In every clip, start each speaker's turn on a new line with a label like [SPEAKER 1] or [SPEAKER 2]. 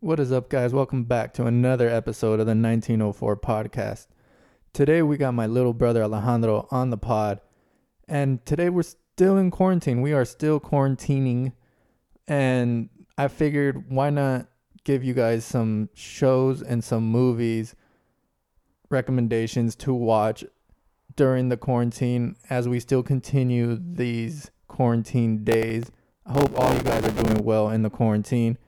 [SPEAKER 1] What is up, guys? Welcome back to another episode of the 1904 podcast. Today, we got my little brother Alejandro on the pod, and today we're still in quarantine. We are still quarantining, and I figured why not give you guys some shows and some movies recommendations to watch during the quarantine as we still continue these quarantine days. I hope all you guys are doing well in the quarantine.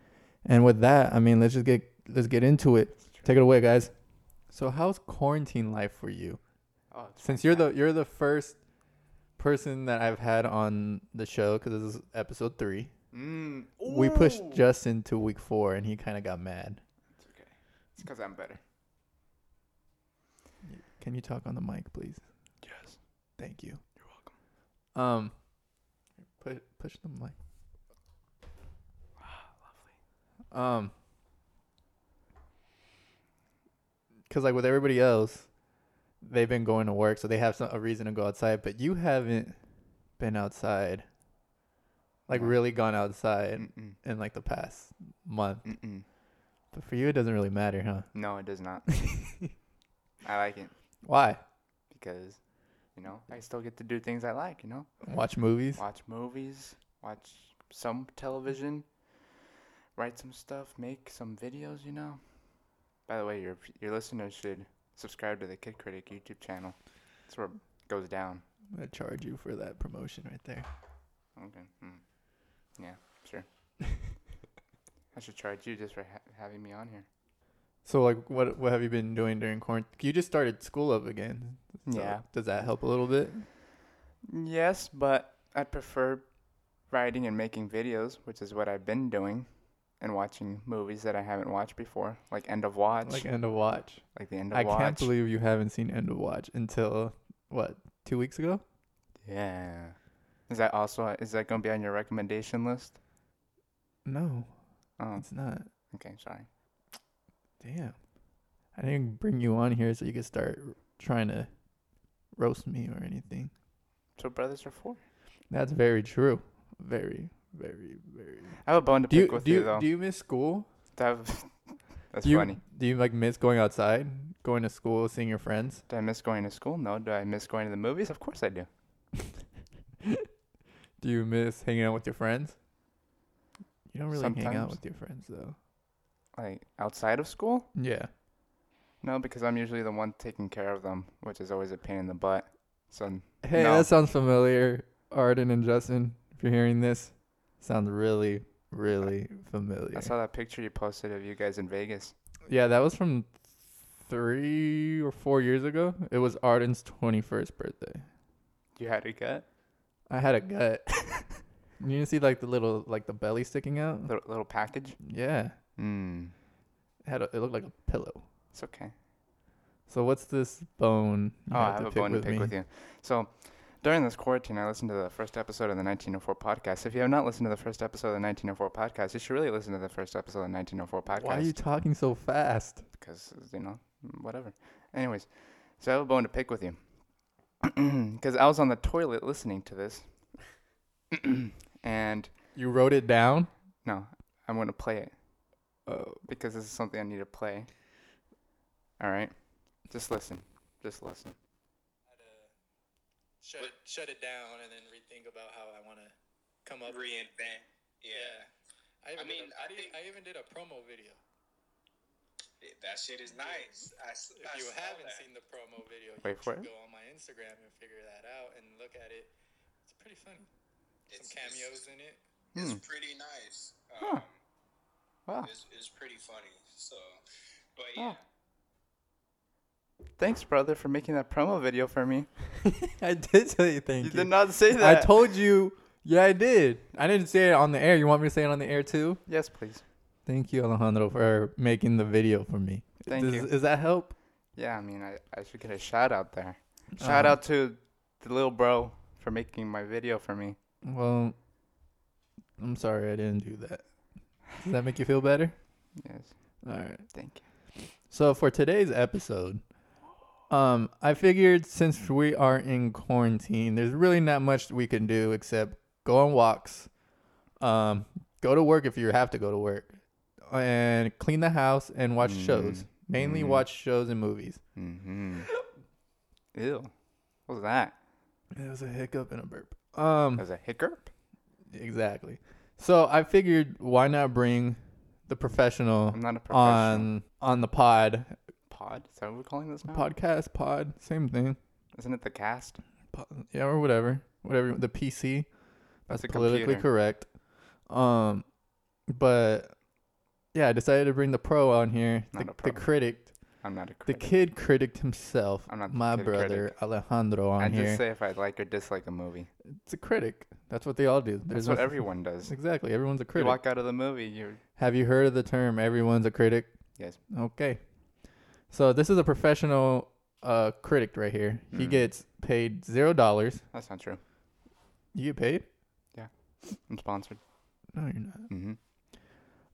[SPEAKER 1] And with that, I mean, let's just get let's get into it. Take it away, guys. So, how's quarantine life for you?
[SPEAKER 2] Oh, it's
[SPEAKER 1] Since you're the you're the first person that I've had on the show because this is episode three.
[SPEAKER 2] Mm.
[SPEAKER 1] We pushed
[SPEAKER 2] Ooh.
[SPEAKER 1] Justin to week four, and he kind of got mad.
[SPEAKER 2] It's okay. It's because I'm better.
[SPEAKER 1] Can you talk on the mic, please?
[SPEAKER 2] Yes.
[SPEAKER 1] Thank you.
[SPEAKER 2] You're
[SPEAKER 1] Um,
[SPEAKER 2] welcome.
[SPEAKER 1] push push the mic.
[SPEAKER 2] Ah,
[SPEAKER 1] Um, because like with everybody else, they've been going to work, so they have some, a reason to go outside. But you haven't been outside, like
[SPEAKER 2] No.
[SPEAKER 1] really gone outside
[SPEAKER 2] Mm-mm.
[SPEAKER 1] in like the past month.
[SPEAKER 2] Mm-mm.
[SPEAKER 1] But for you, it doesn't really matter, huh?
[SPEAKER 2] No, it does not. I like it
[SPEAKER 1] Why?
[SPEAKER 2] because, you know, I still get to do things I like, you know?
[SPEAKER 1] Watch movies.
[SPEAKER 2] Watch movies, watch some television, write some stuff, make some videos, you know? By the way, your, your listeners should subscribe to the Kid Critic YouTube channel. That's where it goes down.
[SPEAKER 1] I'm gonna charge you for that promotion right there.
[SPEAKER 2] Okay. Mm. Yeah, sure. I should charge you just for ha- having me on here.
[SPEAKER 1] So like, what what have you been doing during quarantine? You just started school up again. So
[SPEAKER 2] Yeah.
[SPEAKER 1] Does that help a little bit?
[SPEAKER 2] Yes, but I prefer writing and making videos, which is what I've been doing, and watching movies that I haven't watched before, like End of Watch,
[SPEAKER 1] Like
[SPEAKER 2] like,
[SPEAKER 1] end of watch.
[SPEAKER 2] the End of
[SPEAKER 1] I
[SPEAKER 2] Watch.
[SPEAKER 1] can't believe you haven't seen end of watch until what two weeks ago?
[SPEAKER 2] yeah. Is that also is that going to be on your recommendation list?
[SPEAKER 1] No,
[SPEAKER 2] Oh,
[SPEAKER 1] it's not.
[SPEAKER 2] okay, sorry.
[SPEAKER 1] Damn. I didn't bring you on here so you could start trying to roast me or anything.
[SPEAKER 2] So brothers are four.
[SPEAKER 1] That's very true. Very, very, very.
[SPEAKER 2] I have a bone to
[SPEAKER 1] Do
[SPEAKER 2] pick
[SPEAKER 1] you
[SPEAKER 2] with
[SPEAKER 1] do
[SPEAKER 2] you,
[SPEAKER 1] you,
[SPEAKER 2] though.
[SPEAKER 1] do you miss school?
[SPEAKER 2] That- That's
[SPEAKER 1] do you,
[SPEAKER 2] funny.
[SPEAKER 1] Do you like miss going outside, going to school, seeing your friends?
[SPEAKER 2] Do I miss going to school? No. Do I miss going to the movies? Of course I do.
[SPEAKER 1] Do you miss hanging out with your friends? You don't really hang out
[SPEAKER 2] Sometimes.
[SPEAKER 1] with your friends though.
[SPEAKER 2] Like outside of school?
[SPEAKER 1] Yeah.
[SPEAKER 2] No, because I'm usually the one taking care of them, which is always a pain in the butt. So
[SPEAKER 1] Hey,
[SPEAKER 2] No.
[SPEAKER 1] that sounds familiar. Arden and Justin, if you're hearing this, sounds really, really familiar.
[SPEAKER 2] I saw that picture you posted of you guys in Vegas.
[SPEAKER 1] yeah, that was from three or four years ago. It was Arden's 21st birthday.
[SPEAKER 2] You had a gut,
[SPEAKER 1] I had a gut. you didn't see like the little, like the belly sticking out?
[SPEAKER 2] little, little package.
[SPEAKER 1] Yeah.
[SPEAKER 2] Mm.
[SPEAKER 1] It, had a, it looked like a pillow.
[SPEAKER 2] It's okay.
[SPEAKER 1] So what's this bone? you
[SPEAKER 2] Oh, I have a bone to pick with you. So, during this quarantine, I listened to the first episode of the 1904 podcast. If you have not listened to the first episode of the 1904 podcast, you should really listen to the first episode of the 1904 podcast.
[SPEAKER 1] Why are you talking so fast?
[SPEAKER 2] because you know whatever. Anyways, so I have a bone to pick with you because I was on the toilet listening to this, and
[SPEAKER 1] You wrote it down?
[SPEAKER 2] no, I'm gonna play it
[SPEAKER 1] Oh,
[SPEAKER 2] because this is something I need to play. All right, just listen, just listen.
[SPEAKER 3] how to shut it, shut it down and then rethink about how I want to come up.
[SPEAKER 4] reinvent.
[SPEAKER 3] yeah.
[SPEAKER 4] Yeah,
[SPEAKER 3] I, even
[SPEAKER 4] mean,
[SPEAKER 3] did a-
[SPEAKER 4] I
[SPEAKER 3] I did-
[SPEAKER 4] think-
[SPEAKER 3] I even did a promo video.
[SPEAKER 4] that shit is nice. I, s-
[SPEAKER 3] If
[SPEAKER 4] I
[SPEAKER 3] you
[SPEAKER 4] saw
[SPEAKER 3] haven't
[SPEAKER 4] that.
[SPEAKER 3] seen the promo video,
[SPEAKER 2] Wait
[SPEAKER 3] you
[SPEAKER 2] for
[SPEAKER 3] should
[SPEAKER 2] it.
[SPEAKER 3] go on my Instagram and figure that out and look at it. It's pretty funny. Some
[SPEAKER 4] It's-
[SPEAKER 3] cameos in it.
[SPEAKER 4] it's,
[SPEAKER 2] Hmm.
[SPEAKER 4] it's pretty nice.
[SPEAKER 2] Huh.
[SPEAKER 4] Um,
[SPEAKER 2] Wow, Oh.
[SPEAKER 4] it's, it's pretty funny. So, but
[SPEAKER 2] Huh.
[SPEAKER 4] yeah,
[SPEAKER 2] thanks, brother, for making that promo video for me.
[SPEAKER 1] I did tell you thank
[SPEAKER 2] You did not say that.
[SPEAKER 1] I told you. Yeah, I did. I didn't say it on the air. You want me to say it on the air too?
[SPEAKER 2] yes, please.
[SPEAKER 1] Thank you, Alejandro, for making the video for me.
[SPEAKER 2] Thank
[SPEAKER 1] does,
[SPEAKER 2] you.
[SPEAKER 1] Does that help?
[SPEAKER 2] Yeah, I mean, I, I should get a shout out there. Shout
[SPEAKER 1] Uh-huh.
[SPEAKER 2] out to the little bro for making my video for me.
[SPEAKER 1] Well, I'm sorry I didn't do that. Does that make you feel better?
[SPEAKER 2] Yes,
[SPEAKER 1] All right.
[SPEAKER 2] thank you.
[SPEAKER 1] So for today's episode, um, I figured since we are in quarantine, there's really not much we can do except go on walks, um, go to work if you have to go to work, and clean the house and watch shows.
[SPEAKER 2] Mm.
[SPEAKER 1] Mainly
[SPEAKER 2] Mm.
[SPEAKER 1] watch shows and movies.
[SPEAKER 2] Mm-hmm. Ew. What was that?
[SPEAKER 1] It was a hiccup and a burp.
[SPEAKER 2] That
[SPEAKER 1] Um,
[SPEAKER 2] was a hiccup?
[SPEAKER 1] exactly. So I figured, why not bring the professional,
[SPEAKER 2] I'm not a professional.
[SPEAKER 1] on on the pod
[SPEAKER 2] Pod? Is that what we're calling this now?
[SPEAKER 1] Oh. podcast pod, same thing.
[SPEAKER 2] Isn't it the cast?
[SPEAKER 1] Po- yeah, or whatever, whatever. The PC. That's
[SPEAKER 2] That's a
[SPEAKER 1] politically
[SPEAKER 2] computer.
[SPEAKER 1] correct. Um, but yeah, I decided to bring the pro on here, the,
[SPEAKER 2] Not a
[SPEAKER 1] the
[SPEAKER 2] pro.
[SPEAKER 1] critic,
[SPEAKER 2] I'm not a
[SPEAKER 1] the
[SPEAKER 2] critic.
[SPEAKER 1] kid critic himself,
[SPEAKER 2] I'm not the
[SPEAKER 1] my
[SPEAKER 2] kid
[SPEAKER 1] brother
[SPEAKER 2] critic.
[SPEAKER 1] Alejandro on
[SPEAKER 2] I
[SPEAKER 1] here.
[SPEAKER 2] just say if I like or dislike a movie.
[SPEAKER 1] it's a critic. That's what they all do.
[SPEAKER 2] That's
[SPEAKER 1] There's
[SPEAKER 2] what
[SPEAKER 1] no-
[SPEAKER 2] everyone does.
[SPEAKER 1] Exactly, everyone's a
[SPEAKER 2] You
[SPEAKER 1] critic.
[SPEAKER 2] walk out of the movie, you're
[SPEAKER 1] Have you heard of the term everyone's a critic?
[SPEAKER 2] Yes.
[SPEAKER 1] Okay. So this is a professional uh critic right here. He
[SPEAKER 2] Mm.
[SPEAKER 1] gets paid zero dollars.
[SPEAKER 2] that's not true.
[SPEAKER 1] You get paid?
[SPEAKER 2] I'm sponsored.
[SPEAKER 1] No, you're not.
[SPEAKER 2] Mm-hmm.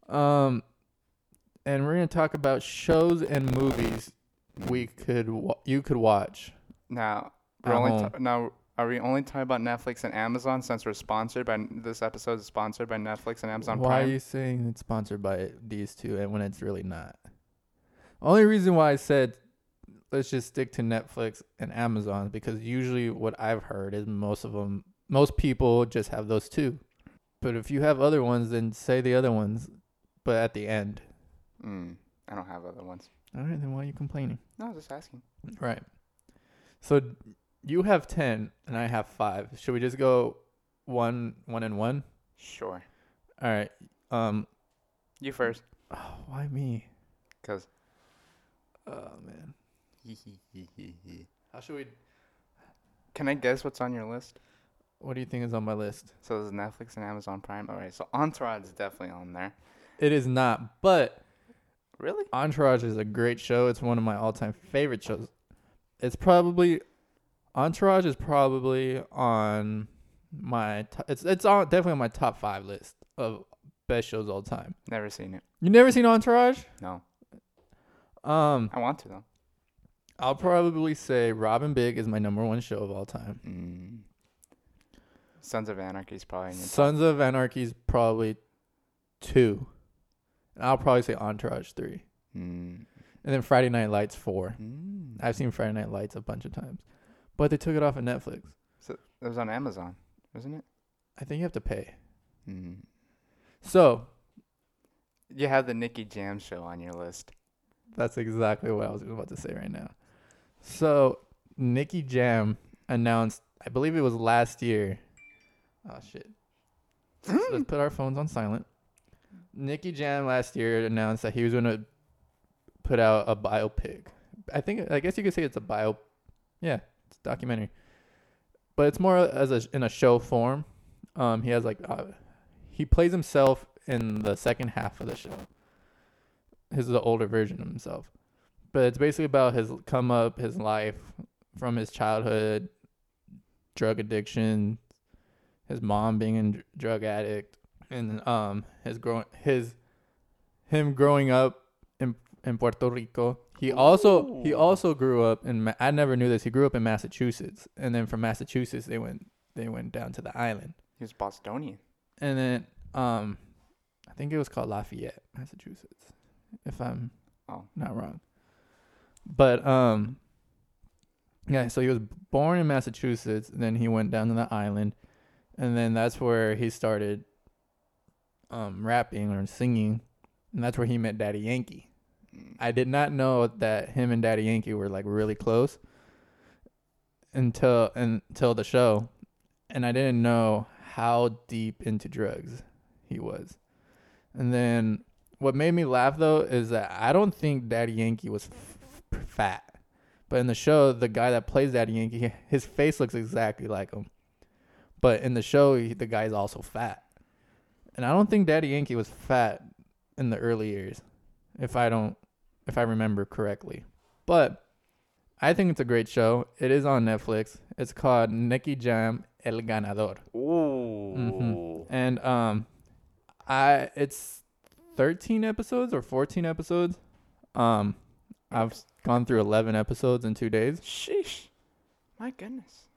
[SPEAKER 1] Um, and we're gonna talk about shows and movies we could wa- you could watch.
[SPEAKER 2] Now we're
[SPEAKER 1] At
[SPEAKER 2] only
[SPEAKER 1] home.
[SPEAKER 2] ta- now are we only talking about Netflix and Amazon since we're sponsored by this episode is sponsored by Netflix and Amazon
[SPEAKER 1] why are
[SPEAKER 2] Prime?
[SPEAKER 1] you saying it's sponsored by these two and when it's really not? Only reason why I said let's just stick to Netflix and Amazon because usually what I've heard is most of them most people just have those two. But if you have other ones, then say the other ones, but at the end.
[SPEAKER 2] Mm, I don't have other ones.
[SPEAKER 1] All right, then why are you complaining?
[SPEAKER 2] No, just asking.
[SPEAKER 1] Right. So d- you have ten and I have five. Should we just go one, one and one?
[SPEAKER 2] Sure.
[SPEAKER 1] All right. Um.
[SPEAKER 2] You first,
[SPEAKER 1] oh, why me?
[SPEAKER 2] cause
[SPEAKER 1] Oh man. How should we?
[SPEAKER 2] can I guess what's on your list?
[SPEAKER 1] What do you think is on my list?
[SPEAKER 2] So there's Netflix and Amazon Prime. All right, so Entourage is definitely on there.
[SPEAKER 1] It is not, but
[SPEAKER 2] Really?
[SPEAKER 1] Entourage is a great show. It's one of my all-time favorite shows. It's probably Entourage is probably on my to- it's it's on definitely on my top five list of best shows of all time.
[SPEAKER 2] Never seen it.
[SPEAKER 1] You never seen Entourage?
[SPEAKER 2] No,
[SPEAKER 1] Um,
[SPEAKER 2] I want to though.
[SPEAKER 1] I'll probably say Robin Big is my number one show of all time.
[SPEAKER 2] Mm. Sons of Anarchy is probably in your
[SPEAKER 1] Sons of Anarchy is probably two, and I'll probably say Entourage three,
[SPEAKER 2] Mm.
[SPEAKER 1] and then Friday Night Lights four.
[SPEAKER 2] Mm.
[SPEAKER 1] I've seen Friday Night Lights a bunch of times, but they took it off of Netflix.
[SPEAKER 2] It was on Amazon, wasn't it?
[SPEAKER 1] I think you have to pay.
[SPEAKER 2] Mm.
[SPEAKER 1] So
[SPEAKER 2] You have the Nicky Jam show on your list.
[SPEAKER 1] that's exactly what I was about to say right now. So Nicky Jam announced, I believe it was last year. Oh shit. So let's put our phones on silent. Nicky Jam last year announced that he was going to put out a biopic. I think I guess you could say it's a bio, yeah, it's a documentary, but it's more as a in a show form. Um, he has like uh, he plays himself in the second half of the show. His the older version of himself, but it's basically about his come up, his life from his childhood, drug addiction, his mom being a dr- drug addict, and um his growing his him growing up in in Puerto Rico. He also he
[SPEAKER 2] Ooh.
[SPEAKER 1] also grew up in Ma- I never knew this. He grew up in Massachusetts, and then from Massachusetts they went they went down to the island,
[SPEAKER 2] He was Bostonian.
[SPEAKER 1] and then um I think it was called Lafayette, Massachusetts, if I'm
[SPEAKER 2] Oh.
[SPEAKER 1] not wrong. But um yeah, so he was born in Massachusetts, and then he went down to the island, and then that's where he started um rapping or singing, and that's where he met Daddy Yankee.
[SPEAKER 2] Mm.
[SPEAKER 1] I did not know that him and Daddy Yankee were like really close until until the show, and I didn't know how deep into drugs he was. And then what made me laugh though is that I don't think Daddy Yankee was f- f- fat, but in the show, the guy that plays Daddy Yankee, his face looks exactly like him. But in the show, he, the guy's also fat, and I don't think Daddy Yankee was fat in the early years, if I don't, if I remember correctly. But I think it's a great show. It is on Netflix. It's called Nicky Jam El Ganador
[SPEAKER 2] Ooh.
[SPEAKER 1] and um i it's 13 episodes or 14 episodes um i've gone through 11 episodes in two days
[SPEAKER 2] Sheesh. My goodness.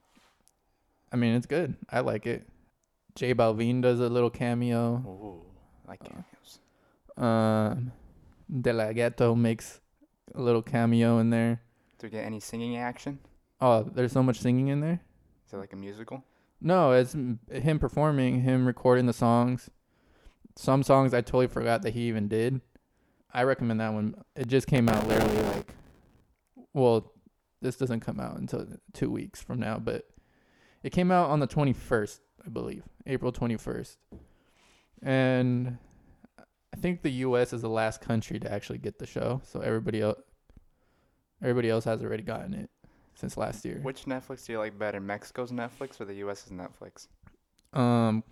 [SPEAKER 1] i mean it's good i like it j balvin does a little cameo
[SPEAKER 2] Ooh. I like cameos.
[SPEAKER 1] Uh, De La Ghetto makes a little cameo in there.
[SPEAKER 2] Do we get any singing action?
[SPEAKER 1] Oh, there's so much singing in there.
[SPEAKER 2] Is it like a musical?
[SPEAKER 1] No, it's m- him performing, him recording the songs. Some songs I totally forgot that he even did. I recommend that one. It just came out literally like, well, this doesn't come out until two weeks from now, but it came out on the 21st, I believe, April 21st. And I think the U.S. is the last country to actually get the show, so everybody else, everybody else has already gotten it since last year.
[SPEAKER 2] Which Netflix do you like better, Mexico's Netflix or the U.S.'s Netflix?
[SPEAKER 1] Um,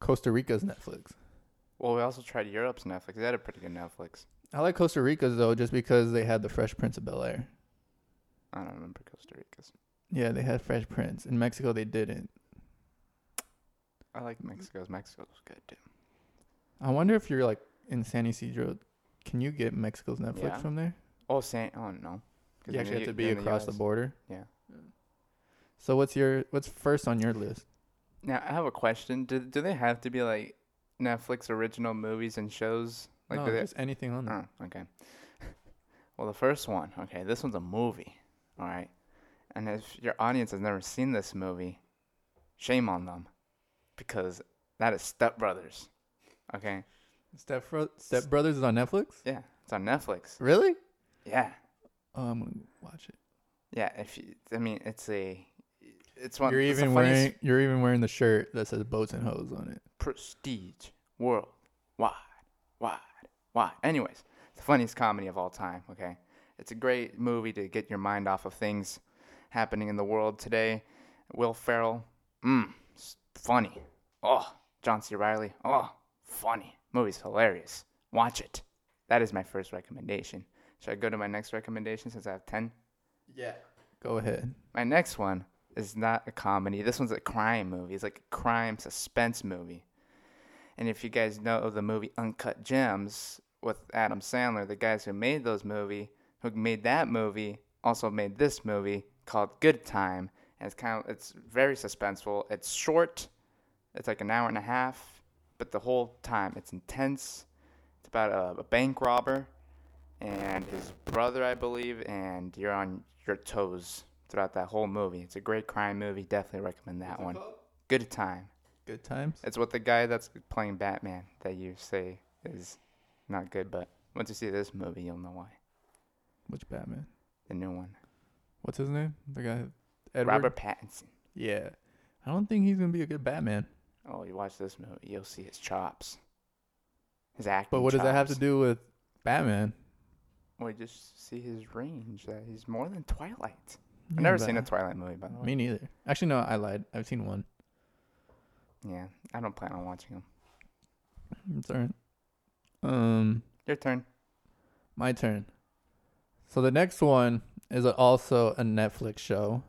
[SPEAKER 1] Costa Rica's Netflix.
[SPEAKER 2] Well, we also tried Europe's Netflix. They had a pretty good Netflix.
[SPEAKER 1] I like Costa Rica's though, just because they had the Fresh Prince of Bel Air.
[SPEAKER 2] I don't remember Costa Rica's.
[SPEAKER 1] Yeah, they had Fresh Prince. In Mexico, they didn't.
[SPEAKER 2] I like Mexico's. Mexico's was good too.
[SPEAKER 1] I wonder if you're like in San Isidro, can you get Mexico's Netflix
[SPEAKER 2] Yeah.
[SPEAKER 1] from there?
[SPEAKER 2] Oh, San. Oh no. 'Cause
[SPEAKER 1] You
[SPEAKER 2] they're
[SPEAKER 1] actually
[SPEAKER 2] in
[SPEAKER 1] have
[SPEAKER 2] the
[SPEAKER 1] to
[SPEAKER 2] U-
[SPEAKER 1] be
[SPEAKER 2] they're in
[SPEAKER 1] across the
[SPEAKER 2] US.
[SPEAKER 1] border.
[SPEAKER 2] Yeah.
[SPEAKER 1] So what's your what's first on your list?
[SPEAKER 2] Now I have a question. Do do they have to be like Netflix original movies and shows? Like
[SPEAKER 1] no,
[SPEAKER 2] do they,
[SPEAKER 1] just anything on there.
[SPEAKER 2] Oh, okay. Well, the first one, okay, this one's a movie, all right. And if your audience has never seen this movie, shame on them, because that is Step Brothers. Okay,
[SPEAKER 1] Step Fro- Step Brothers is on Netflix.
[SPEAKER 2] yeah, it's on Netflix.
[SPEAKER 1] Really?
[SPEAKER 2] Yeah,
[SPEAKER 1] Oh, I'm gonna watch it.
[SPEAKER 2] yeah. If you, I mean, it's a, it's one.
[SPEAKER 1] You're
[SPEAKER 2] it's the
[SPEAKER 1] even
[SPEAKER 2] funniest
[SPEAKER 1] wearing you're even wearing the shirt that says boats and hoes on it.
[SPEAKER 2] prestige world wide wide wide anyways it's the funniest comedy of all time okay it's a great movie to get your mind off of things happening in the world today will ferrell mm s- funny oh john c riley oh funny movie's hilarious watch it that is my first recommendation should i go to my next recommendation since i have 10
[SPEAKER 1] Yeah. Go ahead.
[SPEAKER 2] my next one is not a comedy. This one's a crime movie. It's like a crime suspense movie. And if you guys know of the movie Uncut Gems with Adam Sandler, the guys who made those movie, who made that movie, also made this movie called Good Time. And it's kind of it's very suspenseful. It's short. It's like an hour and a half, but the whole time it's intense. It's about a, a bank robber and his brother, I believe, and you're on your toes throughout that whole movie. It's a great crime movie. Definitely recommend that one. Good time.
[SPEAKER 1] Good times.
[SPEAKER 2] It's what the guy that's playing Batman that you say is not good, but once you see this movie, you'll know why.
[SPEAKER 1] Which Batman?
[SPEAKER 2] The new one.
[SPEAKER 1] What's his name? The guy Edward.
[SPEAKER 2] Robert Pattinson.
[SPEAKER 1] Yeah. I don't think he's gonna be a good Batman.
[SPEAKER 2] Oh, you watch this movie, you'll see his chops. His acting.
[SPEAKER 1] But what does that have to
[SPEAKER 2] chops.
[SPEAKER 1] do with Batman?
[SPEAKER 2] Well, you just see his range. That he's more than Twilight. I've never seen a
[SPEAKER 1] it.
[SPEAKER 2] Twilight movie, by the way.
[SPEAKER 1] Me neither. Actually, no, I lied. I've seen one.
[SPEAKER 2] Yeah, I don't plan on watching him.
[SPEAKER 1] It's alright. Um,
[SPEAKER 2] Your turn.
[SPEAKER 1] my turn. So the next one is also a Netflix show.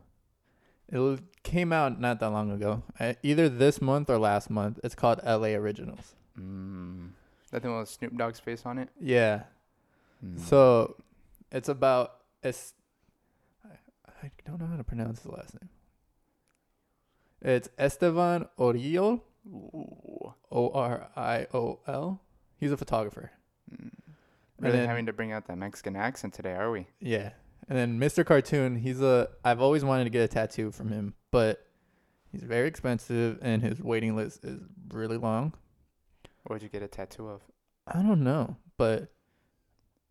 [SPEAKER 1] It l- came out not that long ago, I- either this month or last month. It's called L.A. Originals.
[SPEAKER 2] Mm. That thing with Snoop Dogg's face on it.
[SPEAKER 1] Yeah.
[SPEAKER 2] Mm.
[SPEAKER 1] So it's about it's I, I don't know how to pronounce his last name. It's Esteban Oriol,
[SPEAKER 2] Ooh.
[SPEAKER 1] O R I O L. He's a photographer. And
[SPEAKER 2] Really
[SPEAKER 1] then-
[SPEAKER 2] having to bring out that Mexican accent today, are we?
[SPEAKER 1] Yeah. And then Mr. Cartoon, he's a I've always wanted to get a tattoo from him, but he's very expensive and his waiting list is really long.
[SPEAKER 2] What would you get a tattoo of?
[SPEAKER 1] I don't know, but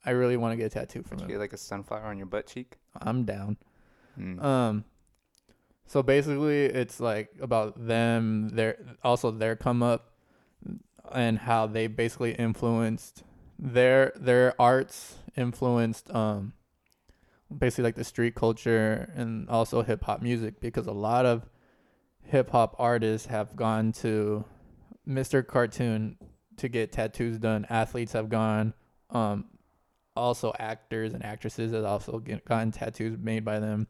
[SPEAKER 1] I really want to get a tattoo from
[SPEAKER 2] Would
[SPEAKER 1] him.
[SPEAKER 2] you get like a sunflower on your butt cheek?
[SPEAKER 1] I'm down.
[SPEAKER 2] Mm.
[SPEAKER 1] Um so basically it's like about them, their also their come up and how they basically influenced their their arts influenced um basically like the street culture and also hip hop music because a lot of hip hop artists have gone to Mr. Cartoon to get tattoos done. Athletes have gone um also actors and actresses have also get, gotten tattoos made by them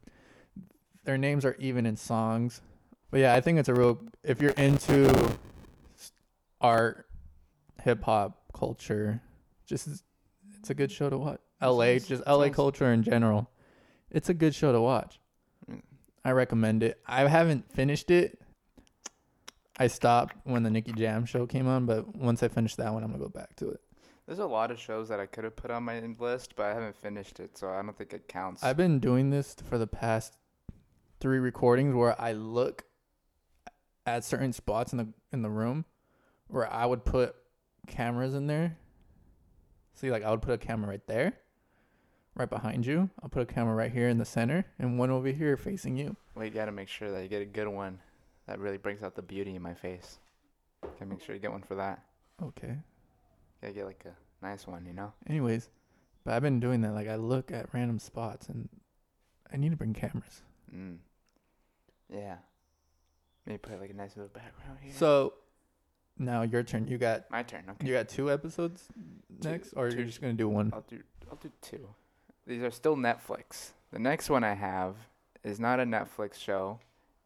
[SPEAKER 1] their names are even in songs. But yeah, I think it's a real if you're into s- art, hip hop culture, just it's a good show to watch. LA,
[SPEAKER 2] Sounds-
[SPEAKER 1] just LA
[SPEAKER 2] sounds-
[SPEAKER 1] culture in general. It's a good show to watch.
[SPEAKER 2] Mm.
[SPEAKER 1] I recommend it. I haven't finished it. I stopped when the Nicky Jam show came on, but once I finish that one, I'm gonna go back to it.
[SPEAKER 2] There's a lot of shows that I could have put on my list, but I haven't finished it, so I don't think it counts.
[SPEAKER 1] I've been doing this for the past three recordings where I look at certain spots in the in the room where I would put cameras in there. See, like I would put a camera right there, right behind you. I'll put a camera right here in the center, and one over here facing you.
[SPEAKER 2] Well, you gotta make sure that you get a good one that really brings out the beauty in my face. Gotta make sure you get one for that.
[SPEAKER 1] Okay.
[SPEAKER 2] Gotta get like a nice one, you know?
[SPEAKER 1] Anyways, but I've been doing that. Like I look at random spots, and I need to bring cameras.
[SPEAKER 2] Mm. Yeah. Maybe put like a nice little background here.
[SPEAKER 1] So now your turn. You got
[SPEAKER 2] my turn. Okay.
[SPEAKER 1] you got two episodes next, or you you're
[SPEAKER 2] two.
[SPEAKER 1] just gonna do one?
[SPEAKER 2] I'll do I'll do two. These are still Netflix. The next one I have is not a Netflix show.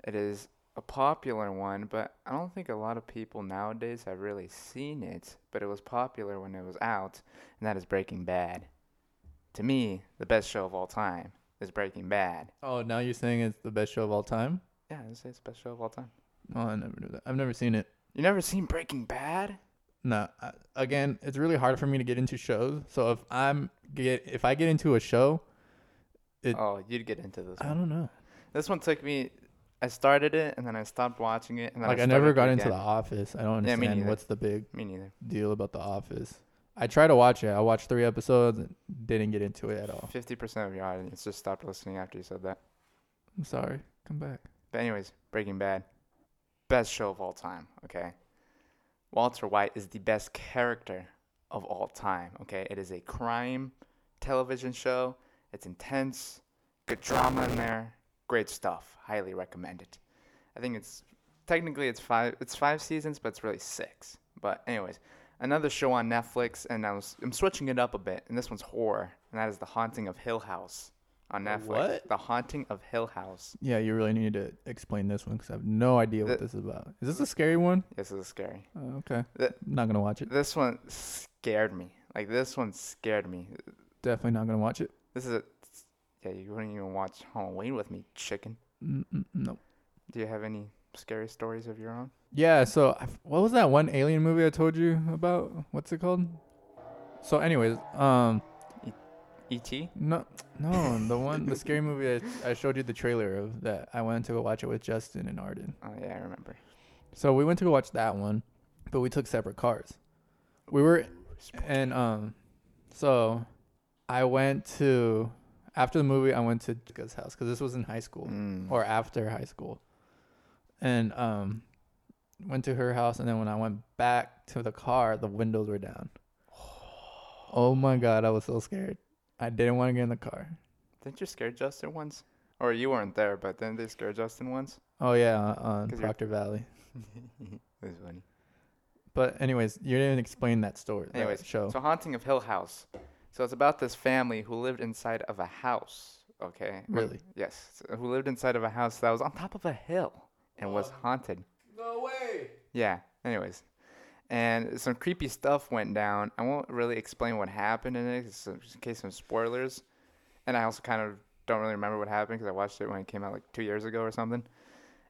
[SPEAKER 2] It is a popular one, but I don't think a lot of people nowadays have really seen it, but it was popular when it was out, and that is Breaking Bad. To me, the best show of all time is Breaking Bad.
[SPEAKER 1] Oh, now you're saying it's the best show of all time?
[SPEAKER 2] Yeah, I'd say it's the best show of all time.
[SPEAKER 1] Oh, I never knew that. I've never seen it.
[SPEAKER 2] You never seen Breaking Bad?
[SPEAKER 1] No, I, again, it's really hard for me to get into shows. So if I'm get if I get into a show, It- Uh,
[SPEAKER 2] Oh, you'd get into this
[SPEAKER 1] I
[SPEAKER 2] one.
[SPEAKER 1] don't know.
[SPEAKER 2] This one took me I started it and then I stopped watching it and then
[SPEAKER 1] Like
[SPEAKER 2] I,
[SPEAKER 1] I, never got
[SPEAKER 2] started it
[SPEAKER 1] into The
[SPEAKER 2] again.
[SPEAKER 1] Office. I don't
[SPEAKER 2] Yeah, me
[SPEAKER 1] understand
[SPEAKER 2] neither.
[SPEAKER 1] what's the big
[SPEAKER 2] Me neither.
[SPEAKER 1] deal about The Office. I tried to watch it. I watched three episodes. and Didn't get into it at all.
[SPEAKER 2] Fifty percent of your audience just stopped listening after you said that.
[SPEAKER 1] I'm sorry. Come back.
[SPEAKER 2] But anyways, Breaking Bad, best show of all time. Okay, Walter White is the best character of all time. Okay, it is a crime television show. It's intense, good drama in there, great stuff. Highly recommend it. I think it's technically it's five it's five seasons, but it's really six. But anyways, another show on Netflix, and I was I'm switching it up a bit, and this one's horror, and that is The Haunting of Hill House on Netflix.
[SPEAKER 1] what?
[SPEAKER 2] The Haunting of Hill House.
[SPEAKER 1] Yeah, you really need to explain this one because I have no idea what
[SPEAKER 2] The-
[SPEAKER 1] this is about. Is this a scary one?
[SPEAKER 2] This is scary.
[SPEAKER 1] Oh, okay.
[SPEAKER 2] The-
[SPEAKER 1] I'm not gonna watch it.
[SPEAKER 2] This one scared me. Like this one scared me.
[SPEAKER 1] Definitely not gonna watch it.
[SPEAKER 2] This is a yeah. You wouldn't even watch Halloween with me, chicken.
[SPEAKER 1] Mm-mm, no.
[SPEAKER 2] Do you have any scary stories of your own?
[SPEAKER 1] Yeah, so I f what was that one alien movie I told you about? What's it called? So, anyways, um,
[SPEAKER 2] E.T.
[SPEAKER 1] no, no, the one, the scary movie I, I showed you the trailer of that I went to go watch it with Justin and Arden.
[SPEAKER 2] Oh yeah, I remember.
[SPEAKER 1] So we went to go watch that one, but we took separate cars. We were, and um, so I went to after the movie I went to Jessica's house because this was in high school
[SPEAKER 2] Mm.
[SPEAKER 1] or after high school, and um, went to her house. And then when I went back to the car, the windows were down. Oh my god, I was so scared. I didn't want to get in the car.
[SPEAKER 2] Didn't you scare Justin once? Or you weren't there, but didn't they scare Justin once?
[SPEAKER 1] Oh yeah, on
[SPEAKER 2] 'Cause you're-
[SPEAKER 1] Proctor Valley.
[SPEAKER 2] It was funny.
[SPEAKER 1] But anyways, you didn't explain that story. that
[SPEAKER 2] Anyways,
[SPEAKER 1] show.
[SPEAKER 2] so Haunting of Hill House. So it's about this family who lived inside of a house. Okay. Or-
[SPEAKER 1] Really?
[SPEAKER 2] Yes. so- who lived inside of a house that was on top of a hill and was haunted.
[SPEAKER 1] no way.
[SPEAKER 2] Yeah. Anyways, and some creepy stuff went down. I won't really explain what happened in it, 'cause so- just in case some spoilers. And I also kind of don't really remember what happened because I watched it when it came out like two years ago or something.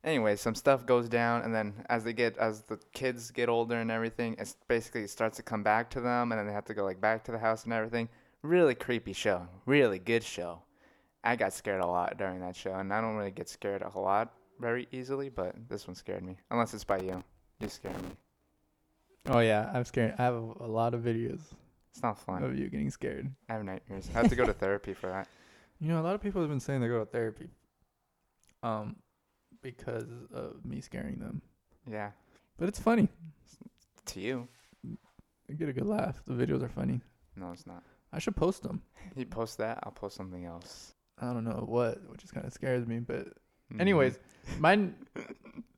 [SPEAKER 2] Anyway, some stuff goes down, and then as they get, as the kids get older and everything, it's basically it starts to come back to them, and then they have to go like back to the house and everything. Really creepy show. Really good show. I got scared a lot during that show, and I don't really get scared a whole lot very easily, but this one scared me. Unless it's by you. You scare me.
[SPEAKER 1] Oh yeah, I'm scared. I have a, a lot of videos
[SPEAKER 2] It's not fun.
[SPEAKER 1] of you getting scared.
[SPEAKER 2] I have nightmares. I have to go to therapy for that.
[SPEAKER 1] You know, a lot of people have been saying they go to therapy, um, because of me scaring them.
[SPEAKER 2] Yeah.
[SPEAKER 1] But it's funny.
[SPEAKER 2] To you.
[SPEAKER 1] I get a good laugh. The videos are funny.
[SPEAKER 2] No, it's not.
[SPEAKER 1] I should post them.
[SPEAKER 2] You post that, I'll post something else.
[SPEAKER 1] I don't know what, which is kind of scares me. But
[SPEAKER 2] Mhm.
[SPEAKER 1] anyways, my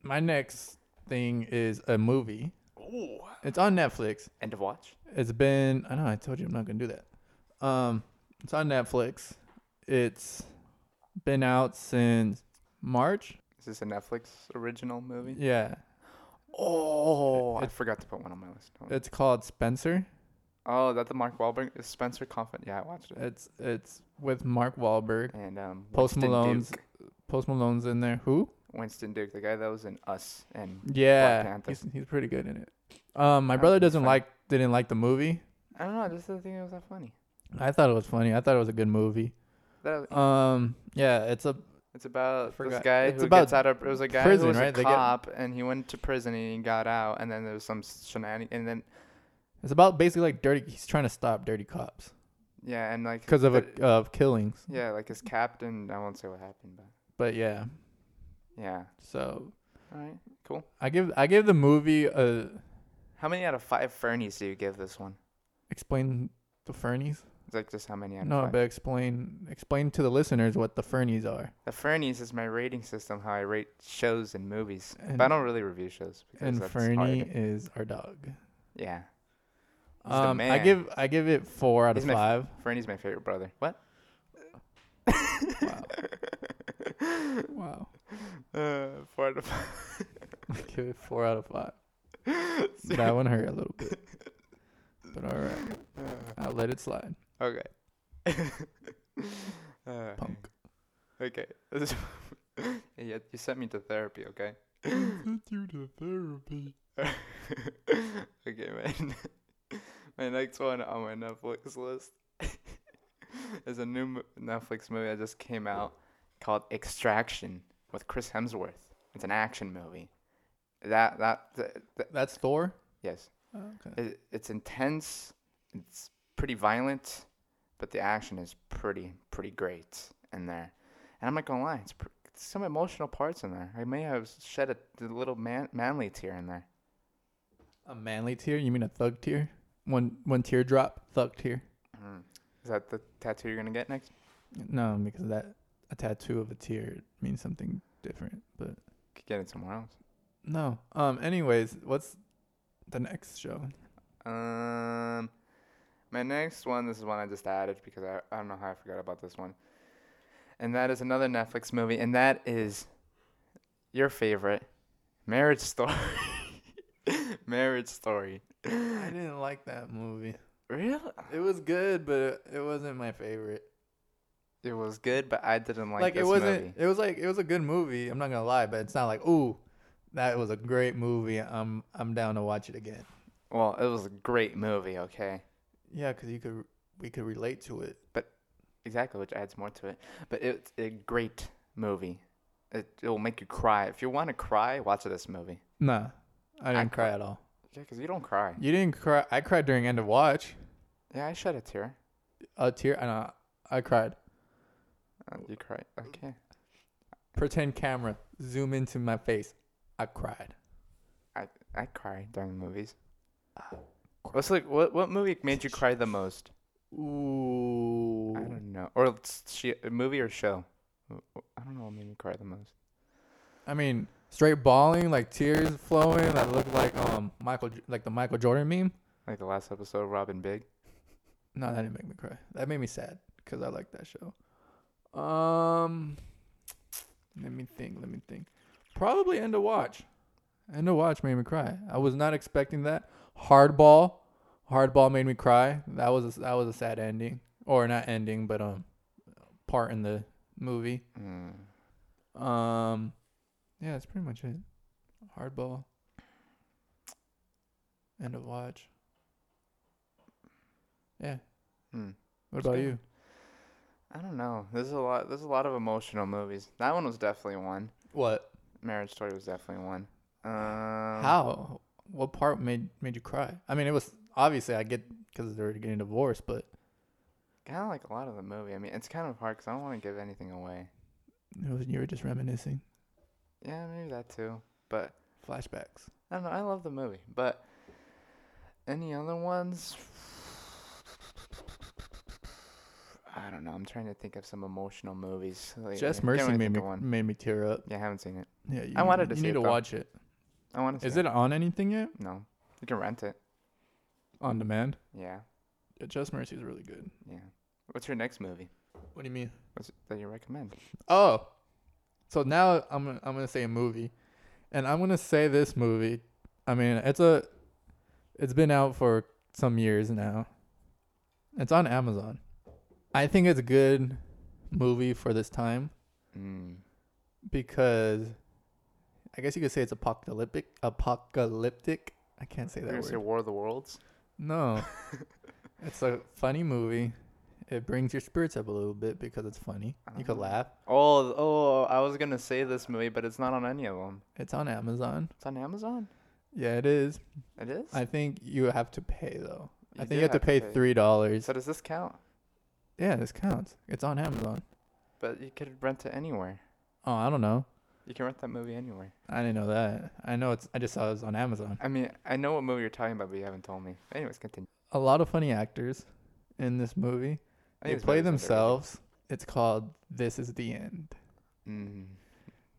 [SPEAKER 1] my next thing is a movie.
[SPEAKER 2] Ooh.
[SPEAKER 1] It's on Netflix.
[SPEAKER 2] End of watch?
[SPEAKER 1] It's been I know I told you I'm not gonna do that. Um, it's on Netflix. It's been out since March.
[SPEAKER 2] Is this a Netflix original movie?
[SPEAKER 1] Yeah,
[SPEAKER 2] Oh. I
[SPEAKER 1] It-
[SPEAKER 2] forgot to put one on my list. Hold on.
[SPEAKER 1] it's called Spencer.
[SPEAKER 2] Oh, is that the Mark Wahlberg? Is Spencer Confident? Yeah, I watched it.
[SPEAKER 1] It's it's with Mark Wahlberg,
[SPEAKER 2] And um,
[SPEAKER 1] Post
[SPEAKER 2] Winston
[SPEAKER 1] Malone's-
[SPEAKER 2] Duke.
[SPEAKER 1] Post Malone's in there. Who?
[SPEAKER 2] Winston Duke, the guy that was in Us and
[SPEAKER 1] Yeah,
[SPEAKER 2] Panther.
[SPEAKER 1] he's he's pretty good in it. Um, my
[SPEAKER 2] Black
[SPEAKER 1] brother
[SPEAKER 2] Panther's
[SPEAKER 1] doesn't
[SPEAKER 2] funny.
[SPEAKER 1] like didn't like the movie,
[SPEAKER 2] I don't know. I just didn't think it was that funny.
[SPEAKER 1] I thought it was funny. I thought it was a good movie.
[SPEAKER 2] That,
[SPEAKER 1] Um, yeah, it's a
[SPEAKER 2] it's about this
[SPEAKER 1] forgot.
[SPEAKER 2] guy
[SPEAKER 1] It's
[SPEAKER 2] who
[SPEAKER 1] about
[SPEAKER 2] gets out of. It was a guy
[SPEAKER 1] prison,
[SPEAKER 2] who was
[SPEAKER 1] right?
[SPEAKER 2] a
[SPEAKER 1] They get-
[SPEAKER 2] cop, and he went to prison and he got out, and then there was some shenanigans, and then
[SPEAKER 1] it's about basically like dirty. He's trying to stop dirty cops
[SPEAKER 2] yeah, and like
[SPEAKER 1] because of a,
[SPEAKER 2] the-
[SPEAKER 1] of killings.
[SPEAKER 2] yeah, like his captain. I won't say what happened, but
[SPEAKER 1] But yeah,
[SPEAKER 2] yeah.
[SPEAKER 1] so
[SPEAKER 2] All right, cool.
[SPEAKER 1] I give I give the movie uh, a
[SPEAKER 2] How many out of five Fernies do you give this one?
[SPEAKER 1] explain the Fernies.
[SPEAKER 2] It's like just how many out of
[SPEAKER 1] No,
[SPEAKER 2] five.
[SPEAKER 1] but explain explain to the listeners what the Fernies are.
[SPEAKER 2] The Fernies is my rating system, how I rate shows and movies.
[SPEAKER 1] And-
[SPEAKER 2] but I don't really review shows because
[SPEAKER 1] And
[SPEAKER 2] that's
[SPEAKER 1] Fernie
[SPEAKER 2] hard.
[SPEAKER 1] is our dog.
[SPEAKER 2] Yeah, He's the
[SPEAKER 1] Um, I
[SPEAKER 2] man.
[SPEAKER 1] give I give it four out of
[SPEAKER 2] He's my
[SPEAKER 1] five.
[SPEAKER 2] Fernie's my favorite brother. What?
[SPEAKER 1] Wow,
[SPEAKER 2] Uh, four out of five.
[SPEAKER 1] I give it four out of five. that one hurt a little bit, but all right, I'll let it slide.
[SPEAKER 2] Okay. uh,
[SPEAKER 1] Punk.
[SPEAKER 2] Okay. yeah, you sent me to therapy, okay?
[SPEAKER 1] you to therapy.
[SPEAKER 2] okay, man. my next one on my Netflix list is a new mo- Netflix movie that just came out called Extraction with Chris Hemsworth. It's an action movie. That that, th th-
[SPEAKER 1] That's Thor.
[SPEAKER 2] yes,
[SPEAKER 1] okay.
[SPEAKER 2] it, it's intense. It's pretty violent, but the action is pretty pretty great in there. And I'm not gonna lie, it's pr- some emotional parts in there. I may have shed a, a little man, manly tear in there.
[SPEAKER 1] A manly tear? You mean a thug tear? One one teardrop, thug tear.
[SPEAKER 2] Is that the tattoo you're gonna get next?
[SPEAKER 1] No, because that a tattoo of a tear means something different. But
[SPEAKER 2] Could get it somewhere else.
[SPEAKER 1] no. Um. Anyways, what's the next show?
[SPEAKER 2] Um, my next one. This is one I just added because I, I don't know how I forgot about this one. And that is another Netflix movie, and that is your favorite, Marriage Story. Marriage Story.
[SPEAKER 1] I didn't like that movie.
[SPEAKER 2] Really?
[SPEAKER 1] It was good, but it wasn't my favorite.
[SPEAKER 2] It was good, but I didn't like,
[SPEAKER 1] Like,
[SPEAKER 2] this
[SPEAKER 1] it wasn't.
[SPEAKER 2] movie.
[SPEAKER 1] It was like it was a good movie. I'm not gonna lie, but it's not like ooh, that was a great movie. I'm I'm down to watch it again.
[SPEAKER 2] Well, it was a great movie. Okay.
[SPEAKER 1] Yeah, because you could we could relate to it.
[SPEAKER 2] Exactly, which adds more to it. But it's a great movie. It it will make you cry. If you want to cry, watch this movie.
[SPEAKER 1] Nah, I didn't
[SPEAKER 2] cr-
[SPEAKER 1] cry at all.
[SPEAKER 2] Yeah, 'cause you don't cry.
[SPEAKER 1] You didn't cry. I cried during end of watch.
[SPEAKER 2] Yeah, I shed a tear.
[SPEAKER 1] A tear. And I, I cried.
[SPEAKER 2] Uh, you cried. Okay.
[SPEAKER 1] Pretend camera. Zoom into my face. I cried.
[SPEAKER 2] I I cry during movies. Ah. What's like what what movie made you cry the most?
[SPEAKER 1] Ooh.
[SPEAKER 2] I don't know. Or it's she, a movie or show? W- w- I don't know what made me cry the most.
[SPEAKER 1] I mean, straight bawling, like tears flowing. That looked like um Michael, J- like the Michael Jordan meme.
[SPEAKER 2] Like the last episode, of Robin Big.
[SPEAKER 1] No, that didn't make me cry. That made me sad because I like that show. Um, let me think. Let me think. Probably end of watch. End of watch made me cry. I was not expecting that. Hardball, hardball made me cry. That was a, that was a sad ending, or not ending, but um, part in the movie.
[SPEAKER 2] Mm.
[SPEAKER 1] Um, yeah, that's pretty much it. Hardball. End of watch. Yeah.
[SPEAKER 2] Hmm.
[SPEAKER 1] What about
[SPEAKER 2] good.
[SPEAKER 1] you?
[SPEAKER 2] I don't know. There's a lot. There's a lot of emotional movies. That one was definitely one.
[SPEAKER 1] What?
[SPEAKER 2] Marriage Story was definitely one. Um,
[SPEAKER 1] How? What part made made you cry? I mean, it was obviously I get because they're getting divorced, but
[SPEAKER 2] Kind of like a lot of the movie. I mean, it's kind of hard because I don't want to give anything away.
[SPEAKER 1] it was, you were just reminiscing
[SPEAKER 2] Yeah, maybe that too. But
[SPEAKER 1] flashbacks.
[SPEAKER 2] I don't know. I love the movie, but any other ones? I don't know. I'm trying to think of some emotional movies. lately.
[SPEAKER 1] Just
[SPEAKER 2] I can't
[SPEAKER 1] Mercy
[SPEAKER 2] really
[SPEAKER 1] made
[SPEAKER 2] think
[SPEAKER 1] me
[SPEAKER 2] of one.
[SPEAKER 1] made me tear up.
[SPEAKER 2] Yeah, I haven't seen it.
[SPEAKER 1] Yeah, you,
[SPEAKER 2] I wanted to
[SPEAKER 1] you
[SPEAKER 2] see
[SPEAKER 1] need
[SPEAKER 2] it,
[SPEAKER 1] to
[SPEAKER 2] though.
[SPEAKER 1] watch it.
[SPEAKER 2] I want to.
[SPEAKER 1] Is
[SPEAKER 2] see
[SPEAKER 1] it on anything yet?
[SPEAKER 2] No, you can rent it.
[SPEAKER 1] On demand?
[SPEAKER 2] Yeah,
[SPEAKER 1] Yeah, Just Mercy is really good.
[SPEAKER 2] yeah. What's your next movie?
[SPEAKER 1] What do you mean?
[SPEAKER 2] What's that you recommend?
[SPEAKER 1] Oh, so now I'm gonna, I'm gonna say a movie, and I'm gonna say this movie. I mean, it's a, it's been out for some years now. It's on Amazon. I think it's a good movie for this time
[SPEAKER 2] Mm.
[SPEAKER 1] because, I guess you could say it's apocalyptic. Apocalyptic. I can't say
[SPEAKER 2] You're
[SPEAKER 1] that
[SPEAKER 2] gonna say
[SPEAKER 1] word.
[SPEAKER 2] War of the Worlds?
[SPEAKER 1] No, It's a funny movie. It brings your spirits up a little bit because it's funny. You could laugh.
[SPEAKER 2] Oh, oh, I was gonna say this movie, but it's not on any of them.
[SPEAKER 1] It's on Amazon.
[SPEAKER 2] It's on Amazon.
[SPEAKER 1] Yeah, it is.
[SPEAKER 2] It is.
[SPEAKER 1] I think you have to pay though. I
[SPEAKER 2] You
[SPEAKER 1] think
[SPEAKER 2] do
[SPEAKER 1] you have to pay three dollars.
[SPEAKER 2] So does this count?
[SPEAKER 1] Yeah, this counts. It's on Amazon.
[SPEAKER 2] But you could rent it anywhere.
[SPEAKER 1] Oh, I don't know.
[SPEAKER 2] You can rent that movie anywhere.
[SPEAKER 1] I didn't know that. I know it's. I just saw it was on Amazon.
[SPEAKER 2] I mean, I know what movie you're talking about, but you haven't told me. Anyways, continue.
[SPEAKER 1] A lot of funny actors in this movie.
[SPEAKER 2] I
[SPEAKER 1] They
[SPEAKER 2] think this
[SPEAKER 1] play
[SPEAKER 2] movie's underrated.
[SPEAKER 1] themselves. It's called "This Is the End." Mm-hmm.
[SPEAKER 2] Mm,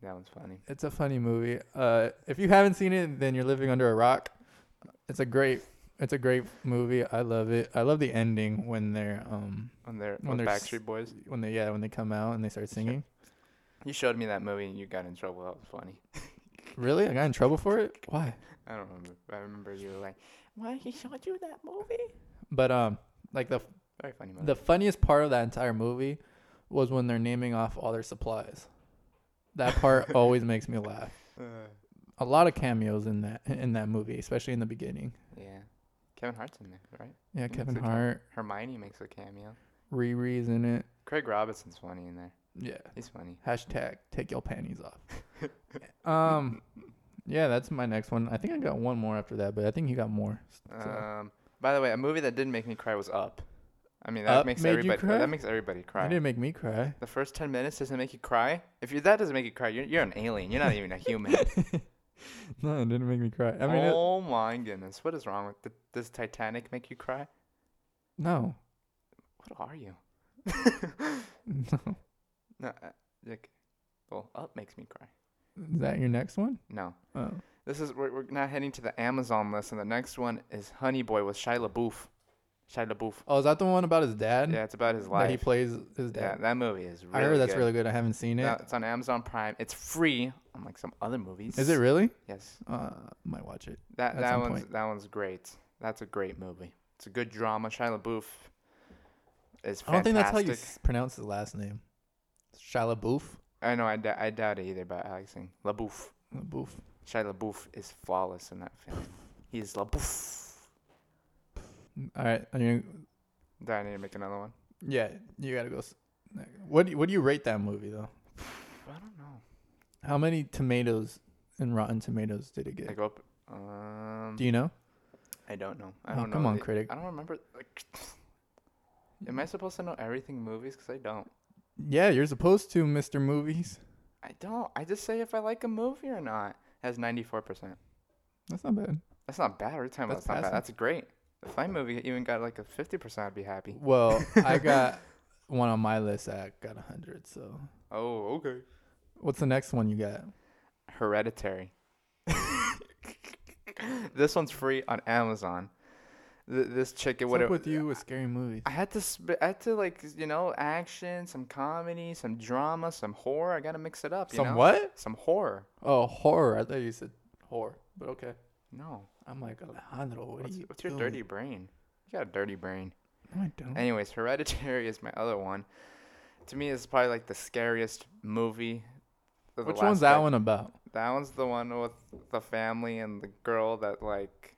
[SPEAKER 2] that one's funny.
[SPEAKER 1] It's a funny movie. Uh, if you haven't seen it, then you're living under a rock. It's a great. It's a great movie. I love it. I love the ending when they're um
[SPEAKER 2] When they're
[SPEAKER 1] When
[SPEAKER 2] when
[SPEAKER 1] they're s-
[SPEAKER 2] Backstreet Boys.
[SPEAKER 1] when they yeah when they come out and they start singing.
[SPEAKER 2] You showed me that movie and you got in trouble. That was funny.
[SPEAKER 1] Really, I got in trouble for it. Why?
[SPEAKER 2] I don't remember. but I remember you were like, "Why he showed you that movie?"
[SPEAKER 1] But um, like the
[SPEAKER 2] Very funny movie.
[SPEAKER 1] the funniest part of that entire movie was when they're naming off all their supplies. That part always makes me laugh.
[SPEAKER 2] Uh,
[SPEAKER 1] A lot of cameos in that in that movie, especially in the beginning.
[SPEAKER 2] yeah, Kevin Hart's in there, right?
[SPEAKER 1] Yeah,
[SPEAKER 2] Makes
[SPEAKER 1] Kevin
[SPEAKER 2] a cam-
[SPEAKER 1] Hart,
[SPEAKER 2] Hermione makes a cameo.
[SPEAKER 1] Riri's in it.
[SPEAKER 2] Craig Robinson's funny in there.
[SPEAKER 1] Yeah.
[SPEAKER 2] He's funny.
[SPEAKER 1] Hashtag take your panties off. um, yeah, that's my next one. I think I got one more after that, but I think you got more. So-
[SPEAKER 2] Um, by the way, a movie that did make me cry was Up. I mean, that
[SPEAKER 1] Up
[SPEAKER 2] makes
[SPEAKER 1] made you
[SPEAKER 2] everybody
[SPEAKER 1] cry?
[SPEAKER 2] that makes everybody
[SPEAKER 1] it
[SPEAKER 2] cry.
[SPEAKER 1] didn't make me cry.
[SPEAKER 2] The first ten minutes doesn't make you cry. If you, that doesn't make you cry, you're you're an alien. You're not even a human.
[SPEAKER 1] No, it didn't make me cry. I mean, it-
[SPEAKER 2] oh my goodness, what is wrong with th- does Titanic make you cry?
[SPEAKER 1] no,
[SPEAKER 2] What are you?
[SPEAKER 1] no.
[SPEAKER 2] no, uh, like, well, Up makes me cry.
[SPEAKER 1] Is that your next one?
[SPEAKER 2] No,
[SPEAKER 1] Oh,
[SPEAKER 2] this is we're we're now heading to the Amazon list, and the next one is Honey Boy with Shia LaBeouf. Shia LaBeouf.
[SPEAKER 1] oh, is that the one about his dad?
[SPEAKER 2] Yeah, it's about his
[SPEAKER 1] that he
[SPEAKER 2] life.
[SPEAKER 1] plays his
[SPEAKER 2] Yeah,
[SPEAKER 1] dad.
[SPEAKER 2] that movie is. really
[SPEAKER 1] I heard that's
[SPEAKER 2] good.
[SPEAKER 1] really good. I haven't seen it. Is
[SPEAKER 2] No, it's on Amazon Prime. It's free, unlike some other movies.
[SPEAKER 1] it really?
[SPEAKER 2] Yes.
[SPEAKER 1] Uh, might watch it.
[SPEAKER 2] That
[SPEAKER 1] At
[SPEAKER 2] that
[SPEAKER 1] some
[SPEAKER 2] one's
[SPEAKER 1] point.
[SPEAKER 2] that one's great. That's a great movie. It's a good drama. Shia LaBeouf is fantastic.
[SPEAKER 1] I don't think that's how you s- pronounce his last name. Shia LaBeouf.
[SPEAKER 2] I know. I, d- I doubt it either. But I like saying LaBeouf.
[SPEAKER 1] LaBeouf.
[SPEAKER 2] Shia LaBeouf is flawless in that film. He is LaBeouf.
[SPEAKER 1] All right. Are you,
[SPEAKER 2] Do I need to make another one?
[SPEAKER 1] yeah, you gotta go. s- What do you, What do you rate that movie though?
[SPEAKER 2] I don't know.
[SPEAKER 1] How many tomatoes and Rotten Tomatoes did it
[SPEAKER 2] I
[SPEAKER 1] get?
[SPEAKER 2] go up. Um,
[SPEAKER 1] Do you know?
[SPEAKER 2] I don't know. I
[SPEAKER 1] Oh,
[SPEAKER 2] don't know.
[SPEAKER 1] come on,
[SPEAKER 2] the-
[SPEAKER 1] critic.
[SPEAKER 2] I don't remember. Like, am I supposed to know everything movies? Cause I don't.
[SPEAKER 1] Yeah, you're supposed to, Mister Movies.
[SPEAKER 2] I don't. I just say if I like a movie or not. It has ninety four percent.
[SPEAKER 1] That's not bad.
[SPEAKER 2] That's not bad. Every time
[SPEAKER 1] That's
[SPEAKER 2] that's, not
[SPEAKER 1] passing.
[SPEAKER 2] bad. That's great. If my movie even got like a fifty percent, I'd be happy.
[SPEAKER 1] Well, I got one on my list that got hundred. So,
[SPEAKER 2] Oh, okay.
[SPEAKER 1] what's the next one you got?
[SPEAKER 2] Hereditary. this one's free on Amazon. Th- this chick,
[SPEAKER 1] What's
[SPEAKER 2] what
[SPEAKER 1] up with you with scary movies?
[SPEAKER 2] I had to, sp- I had to like, you know, action, some comedy, some drama, some horror. I gotta mix it up. You
[SPEAKER 1] Some
[SPEAKER 2] know?
[SPEAKER 1] what?
[SPEAKER 2] Some horror.
[SPEAKER 1] Oh, horror. I thought you said horror, but okay.
[SPEAKER 2] No.
[SPEAKER 1] I'm like Alejandro. What
[SPEAKER 2] What's,
[SPEAKER 1] are you
[SPEAKER 2] what's your
[SPEAKER 1] doing?
[SPEAKER 2] dirty brain? You got a dirty brain.
[SPEAKER 1] No, I don't.
[SPEAKER 2] Anyways, Hereditary is my other one. To me, it's probably like the scariest movie. of the
[SPEAKER 1] Which
[SPEAKER 2] last
[SPEAKER 1] one's that
[SPEAKER 2] dec-
[SPEAKER 1] one about?
[SPEAKER 2] That one's the one with the family and the girl that like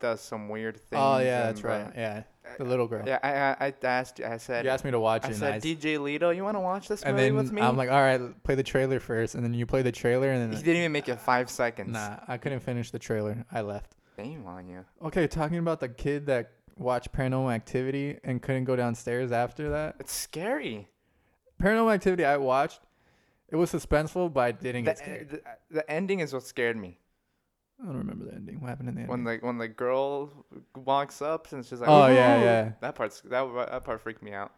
[SPEAKER 2] does some weird things.
[SPEAKER 1] Oh yeah,
[SPEAKER 2] and
[SPEAKER 1] that's right.
[SPEAKER 2] the-
[SPEAKER 1] Yeah, the little girl.
[SPEAKER 2] Uh, Yeah, I, I I asked you. I said
[SPEAKER 1] You asked me to watch it,
[SPEAKER 2] I
[SPEAKER 1] and,
[SPEAKER 2] said
[SPEAKER 1] I s-
[SPEAKER 2] DJ Lito, you want to watch this
[SPEAKER 1] and
[SPEAKER 2] movie
[SPEAKER 1] then
[SPEAKER 2] with me?
[SPEAKER 1] I'm like, all right, play the trailer first, and then you play the trailer, and
[SPEAKER 2] he
[SPEAKER 1] then
[SPEAKER 2] didn't even make it five seconds.
[SPEAKER 1] nah, I couldn't finish the trailer. I left.
[SPEAKER 2] Shame on you.
[SPEAKER 1] Okay, talking about the kid that watched Paranormal Activity and couldn't go downstairs after that.
[SPEAKER 2] It's scary.
[SPEAKER 1] Paranormal Activity, I watched. It was suspenseful, but I didn't
[SPEAKER 2] The, e,
[SPEAKER 1] get scared.
[SPEAKER 2] the, the ending is what scared me.
[SPEAKER 1] I don't remember the ending. What happened in the
[SPEAKER 2] When
[SPEAKER 1] ending?
[SPEAKER 2] the when the girl walks up and she's like,
[SPEAKER 1] Oh, yeah,
[SPEAKER 2] "Whoa!"
[SPEAKER 1] yeah.
[SPEAKER 2] That part's that that part freaked me out.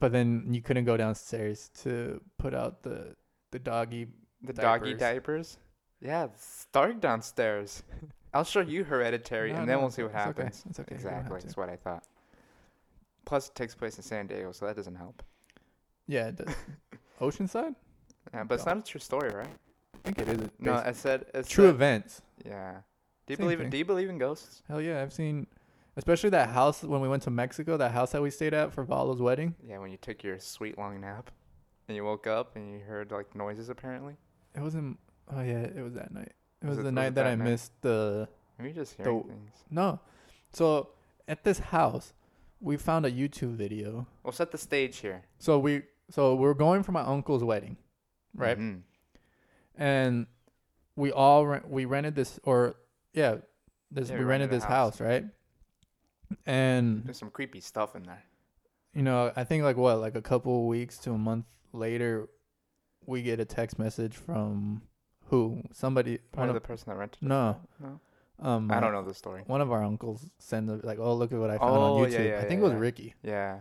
[SPEAKER 1] But then you couldn't go downstairs to put out the the doggy.
[SPEAKER 2] The doggy
[SPEAKER 1] diapers.
[SPEAKER 2] diapers? Yeah, it's dark downstairs. I'll show you Hereditary,
[SPEAKER 1] No,
[SPEAKER 2] and then
[SPEAKER 1] no,
[SPEAKER 2] we'll see what
[SPEAKER 1] it's okay.
[SPEAKER 2] happens.
[SPEAKER 1] It's okay. You don't have
[SPEAKER 2] Exactly,
[SPEAKER 1] to.
[SPEAKER 2] that's what I thought. Plus, it takes place in San Diego, so that doesn't help.
[SPEAKER 1] Yeah, it does. Oceanside.
[SPEAKER 2] Yeah, Uh, but it's
[SPEAKER 1] Don't.
[SPEAKER 2] not a true story, right?
[SPEAKER 1] I think it is. a-
[SPEAKER 2] No,
[SPEAKER 1] based-
[SPEAKER 2] I said it's
[SPEAKER 1] true
[SPEAKER 2] a-
[SPEAKER 1] events.
[SPEAKER 2] Yeah. Do you
[SPEAKER 1] Same
[SPEAKER 2] believe
[SPEAKER 1] thing.
[SPEAKER 2] in Do you believe in ghosts?
[SPEAKER 1] Hell yeah, I've seen, especially that house when we went to Mexico. That house that we stayed at for Valo's wedding.
[SPEAKER 2] Yeah, when you took your sweet long nap, and you woke up and you heard like noises. Apparently,
[SPEAKER 1] It wasn't. Oh yeah, it was that night. It was,
[SPEAKER 2] Was it-
[SPEAKER 1] the
[SPEAKER 2] was
[SPEAKER 1] night
[SPEAKER 2] it
[SPEAKER 1] that,
[SPEAKER 2] that
[SPEAKER 1] I
[SPEAKER 2] night?
[SPEAKER 1] missed the
[SPEAKER 2] maybe you just hearing
[SPEAKER 1] The-
[SPEAKER 2] things.
[SPEAKER 1] no. So at this house, we found a YouTube video.
[SPEAKER 2] We'll set the stage here.
[SPEAKER 1] So we so we're going for my uncle's wedding, right? Mm-hmm.
[SPEAKER 2] Mhm.
[SPEAKER 1] And we all rent, we rented this or yeah, this
[SPEAKER 2] Yeah,
[SPEAKER 1] we rented this
[SPEAKER 2] a
[SPEAKER 1] house. right? And
[SPEAKER 2] There's some creepy stuff in there.
[SPEAKER 1] you know, I think like what like a couple weeks to a month later, we get a text message from who somebody one
[SPEAKER 2] Probably
[SPEAKER 1] of
[SPEAKER 2] the person that rented.
[SPEAKER 1] no.
[SPEAKER 2] No?
[SPEAKER 1] Um,
[SPEAKER 2] I don't know the story.
[SPEAKER 1] One of our uncles sent a, like, "Oh, look at what I found
[SPEAKER 2] Oh,
[SPEAKER 1] on
[SPEAKER 2] yeah,
[SPEAKER 1] YouTube."
[SPEAKER 2] yeah,
[SPEAKER 1] I think
[SPEAKER 2] yeah,
[SPEAKER 1] it was
[SPEAKER 2] yeah.
[SPEAKER 1] Ricky.
[SPEAKER 2] Yeah.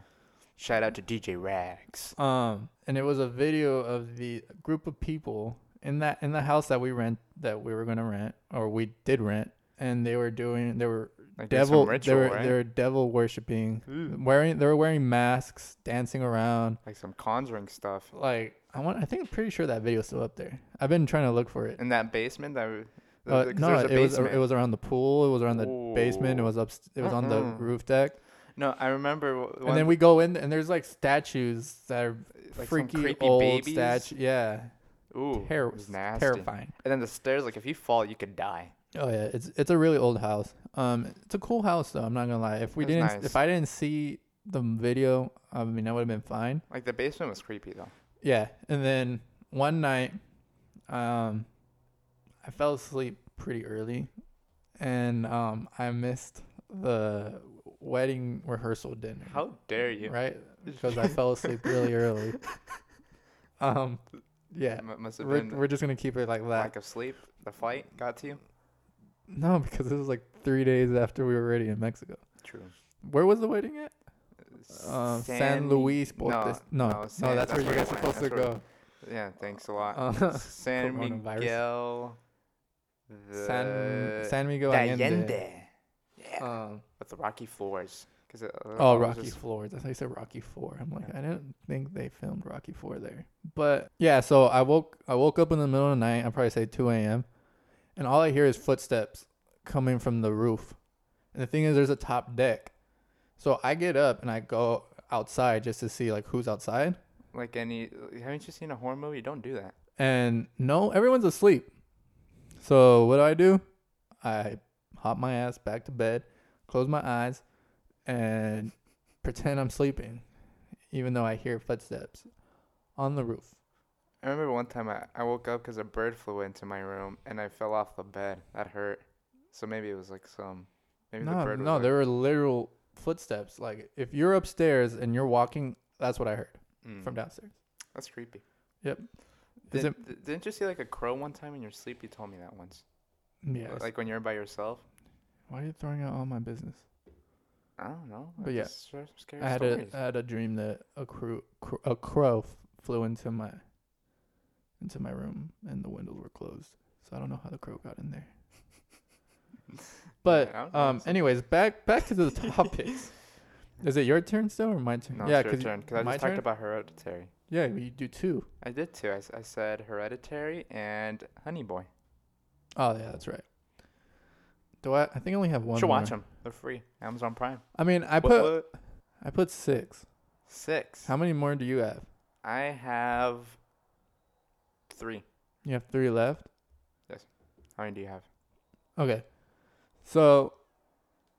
[SPEAKER 2] Shout out to DJ Rags.
[SPEAKER 1] Um, and it was a video of the group of people in that in the house that we rent that we were going to rent or we did rent, and they were doing they were
[SPEAKER 2] Like there's
[SPEAKER 1] devil
[SPEAKER 2] some
[SPEAKER 1] they
[SPEAKER 2] ritual,
[SPEAKER 1] were
[SPEAKER 2] right?
[SPEAKER 1] they were devil worshiping,
[SPEAKER 2] Ooh.
[SPEAKER 1] wearing they were wearing masks, dancing around.
[SPEAKER 2] Like some conjuring stuff.
[SPEAKER 1] Like I want, I think I'm pretty sure that video's still up there. I've been trying to look for it.
[SPEAKER 2] In that basement that we,
[SPEAKER 1] Uh,
[SPEAKER 2] because
[SPEAKER 1] no,
[SPEAKER 2] there's a
[SPEAKER 1] it was
[SPEAKER 2] basement.
[SPEAKER 1] it was around the pool. It was around the basement. It
[SPEAKER 2] Ooh.
[SPEAKER 1] was up. It was on the
[SPEAKER 2] Mm-mm.
[SPEAKER 1] roof deck.
[SPEAKER 2] No, I remember. w- One,
[SPEAKER 1] and then we go in and there's like statues that are
[SPEAKER 2] Like some
[SPEAKER 1] freaky
[SPEAKER 2] creepy
[SPEAKER 1] old
[SPEAKER 2] babies?
[SPEAKER 1] statues. Yeah,
[SPEAKER 2] ooh,
[SPEAKER 1] Terr-
[SPEAKER 2] it was nasty.
[SPEAKER 1] terrifying.
[SPEAKER 2] And then the stairs, like if you fall, you could die.
[SPEAKER 1] Oh yeah, it's it's a really old house. Um, it's a cool house though. I'm not gonna lie. If we
[SPEAKER 2] That's
[SPEAKER 1] didn't,
[SPEAKER 2] nice.
[SPEAKER 1] if I didn't see the video, I mean, I would have been fine.
[SPEAKER 2] Like the basement was creepy though.
[SPEAKER 1] Yeah. And then one night, um, I fell asleep pretty early, and um, I missed the wedding rehearsal dinner.
[SPEAKER 2] How dare you?
[SPEAKER 1] Right? Because I fell asleep really early. Um, yeah.
[SPEAKER 2] It mu- must have
[SPEAKER 1] We're,
[SPEAKER 2] been
[SPEAKER 1] we're just gonna keep it like that.
[SPEAKER 2] lack of sleep. The flight got to you.
[SPEAKER 1] No, because this was like three days after we were already in Mexico.
[SPEAKER 2] True.
[SPEAKER 1] Where was the wedding at? Uh,
[SPEAKER 2] S-
[SPEAKER 1] San,
[SPEAKER 2] San-
[SPEAKER 1] Luis Potosí.
[SPEAKER 2] No,
[SPEAKER 1] No, no,
[SPEAKER 2] San-
[SPEAKER 1] that's, where you guys
[SPEAKER 2] I
[SPEAKER 1] are
[SPEAKER 2] went.
[SPEAKER 1] supposed to
[SPEAKER 2] That's where-
[SPEAKER 1] go.
[SPEAKER 2] Yeah, thanks a lot.
[SPEAKER 1] Uh,
[SPEAKER 2] San
[SPEAKER 1] coronavirus.
[SPEAKER 2] Miguel.
[SPEAKER 1] San
[SPEAKER 2] the-
[SPEAKER 1] San Miguel
[SPEAKER 2] de
[SPEAKER 1] Allende.
[SPEAKER 2] Allende. Yeah.
[SPEAKER 1] Um,
[SPEAKER 2] With the rocky floors. 'Cause it- uh,
[SPEAKER 1] oh,
[SPEAKER 2] it was
[SPEAKER 1] Rocky
[SPEAKER 2] just-
[SPEAKER 1] Floors. That's how you said Rocky Four. I'm like, I didn't think they filmed Rocky Four there. But yeah, so I woke I woke up in the middle of the night. I probably say 2 a.m. And all I hear is footsteps coming from the roof. And the thing is, there's a top deck. So I get up and I go outside just to see like who's outside.
[SPEAKER 2] like any haven't you seen a horror movie don't do that
[SPEAKER 1] and no, everyone's asleep. So what do I do? I hop my ass back to bed, close my eyes, and pretend I'm sleeping, even though I hear footsteps on the roof.
[SPEAKER 2] i remember one time i, I woke up because a bird flew into my room and i fell off the bed that hurt so maybe it was like some maybe the
[SPEAKER 1] No,
[SPEAKER 2] bird was
[SPEAKER 1] no,
[SPEAKER 2] like,
[SPEAKER 1] there were literal footsteps. Like if you're upstairs and you're walking, that's what I heard
[SPEAKER 2] Mm,
[SPEAKER 1] from downstairs.
[SPEAKER 2] that's creepy
[SPEAKER 1] Yep. Is
[SPEAKER 2] Did, it, didn't you see like a crow one time in your sleep you told me that once
[SPEAKER 1] Yeah.
[SPEAKER 2] like when you're by yourself
[SPEAKER 1] Why are you throwing out all my business?
[SPEAKER 2] i don't know
[SPEAKER 1] But
[SPEAKER 2] I
[SPEAKER 1] yeah,
[SPEAKER 2] just heard some scary
[SPEAKER 1] I had a uh,
[SPEAKER 2] stories.
[SPEAKER 1] I had a dream that a crew cr- a crow f- flew into my into my room and the windows were closed. So I don't know how the crow got in there. But
[SPEAKER 2] I don't know,
[SPEAKER 1] um
[SPEAKER 2] it's-
[SPEAKER 1] anyways, back back to the topics. Is it your turn still or my turn?
[SPEAKER 2] no,
[SPEAKER 1] yeah,
[SPEAKER 2] it's your turn
[SPEAKER 1] you-
[SPEAKER 2] because i
[SPEAKER 1] my
[SPEAKER 2] just
[SPEAKER 1] turn?
[SPEAKER 2] talked about hereditary
[SPEAKER 1] Yeah, you do too.
[SPEAKER 2] i did too I, s- I said hereditary and honey boy
[SPEAKER 1] Oh yeah, that's right. Do I? I think I only have
[SPEAKER 2] you
[SPEAKER 1] one.
[SPEAKER 2] should watch
[SPEAKER 1] more.
[SPEAKER 2] them they're free amazon prime
[SPEAKER 1] I mean, I
[SPEAKER 2] What-
[SPEAKER 1] put
[SPEAKER 2] what?
[SPEAKER 1] I put six.
[SPEAKER 2] six
[SPEAKER 1] How many more do you have?
[SPEAKER 2] I have three.
[SPEAKER 1] You have three left.
[SPEAKER 2] How many do you have?
[SPEAKER 1] Okay. So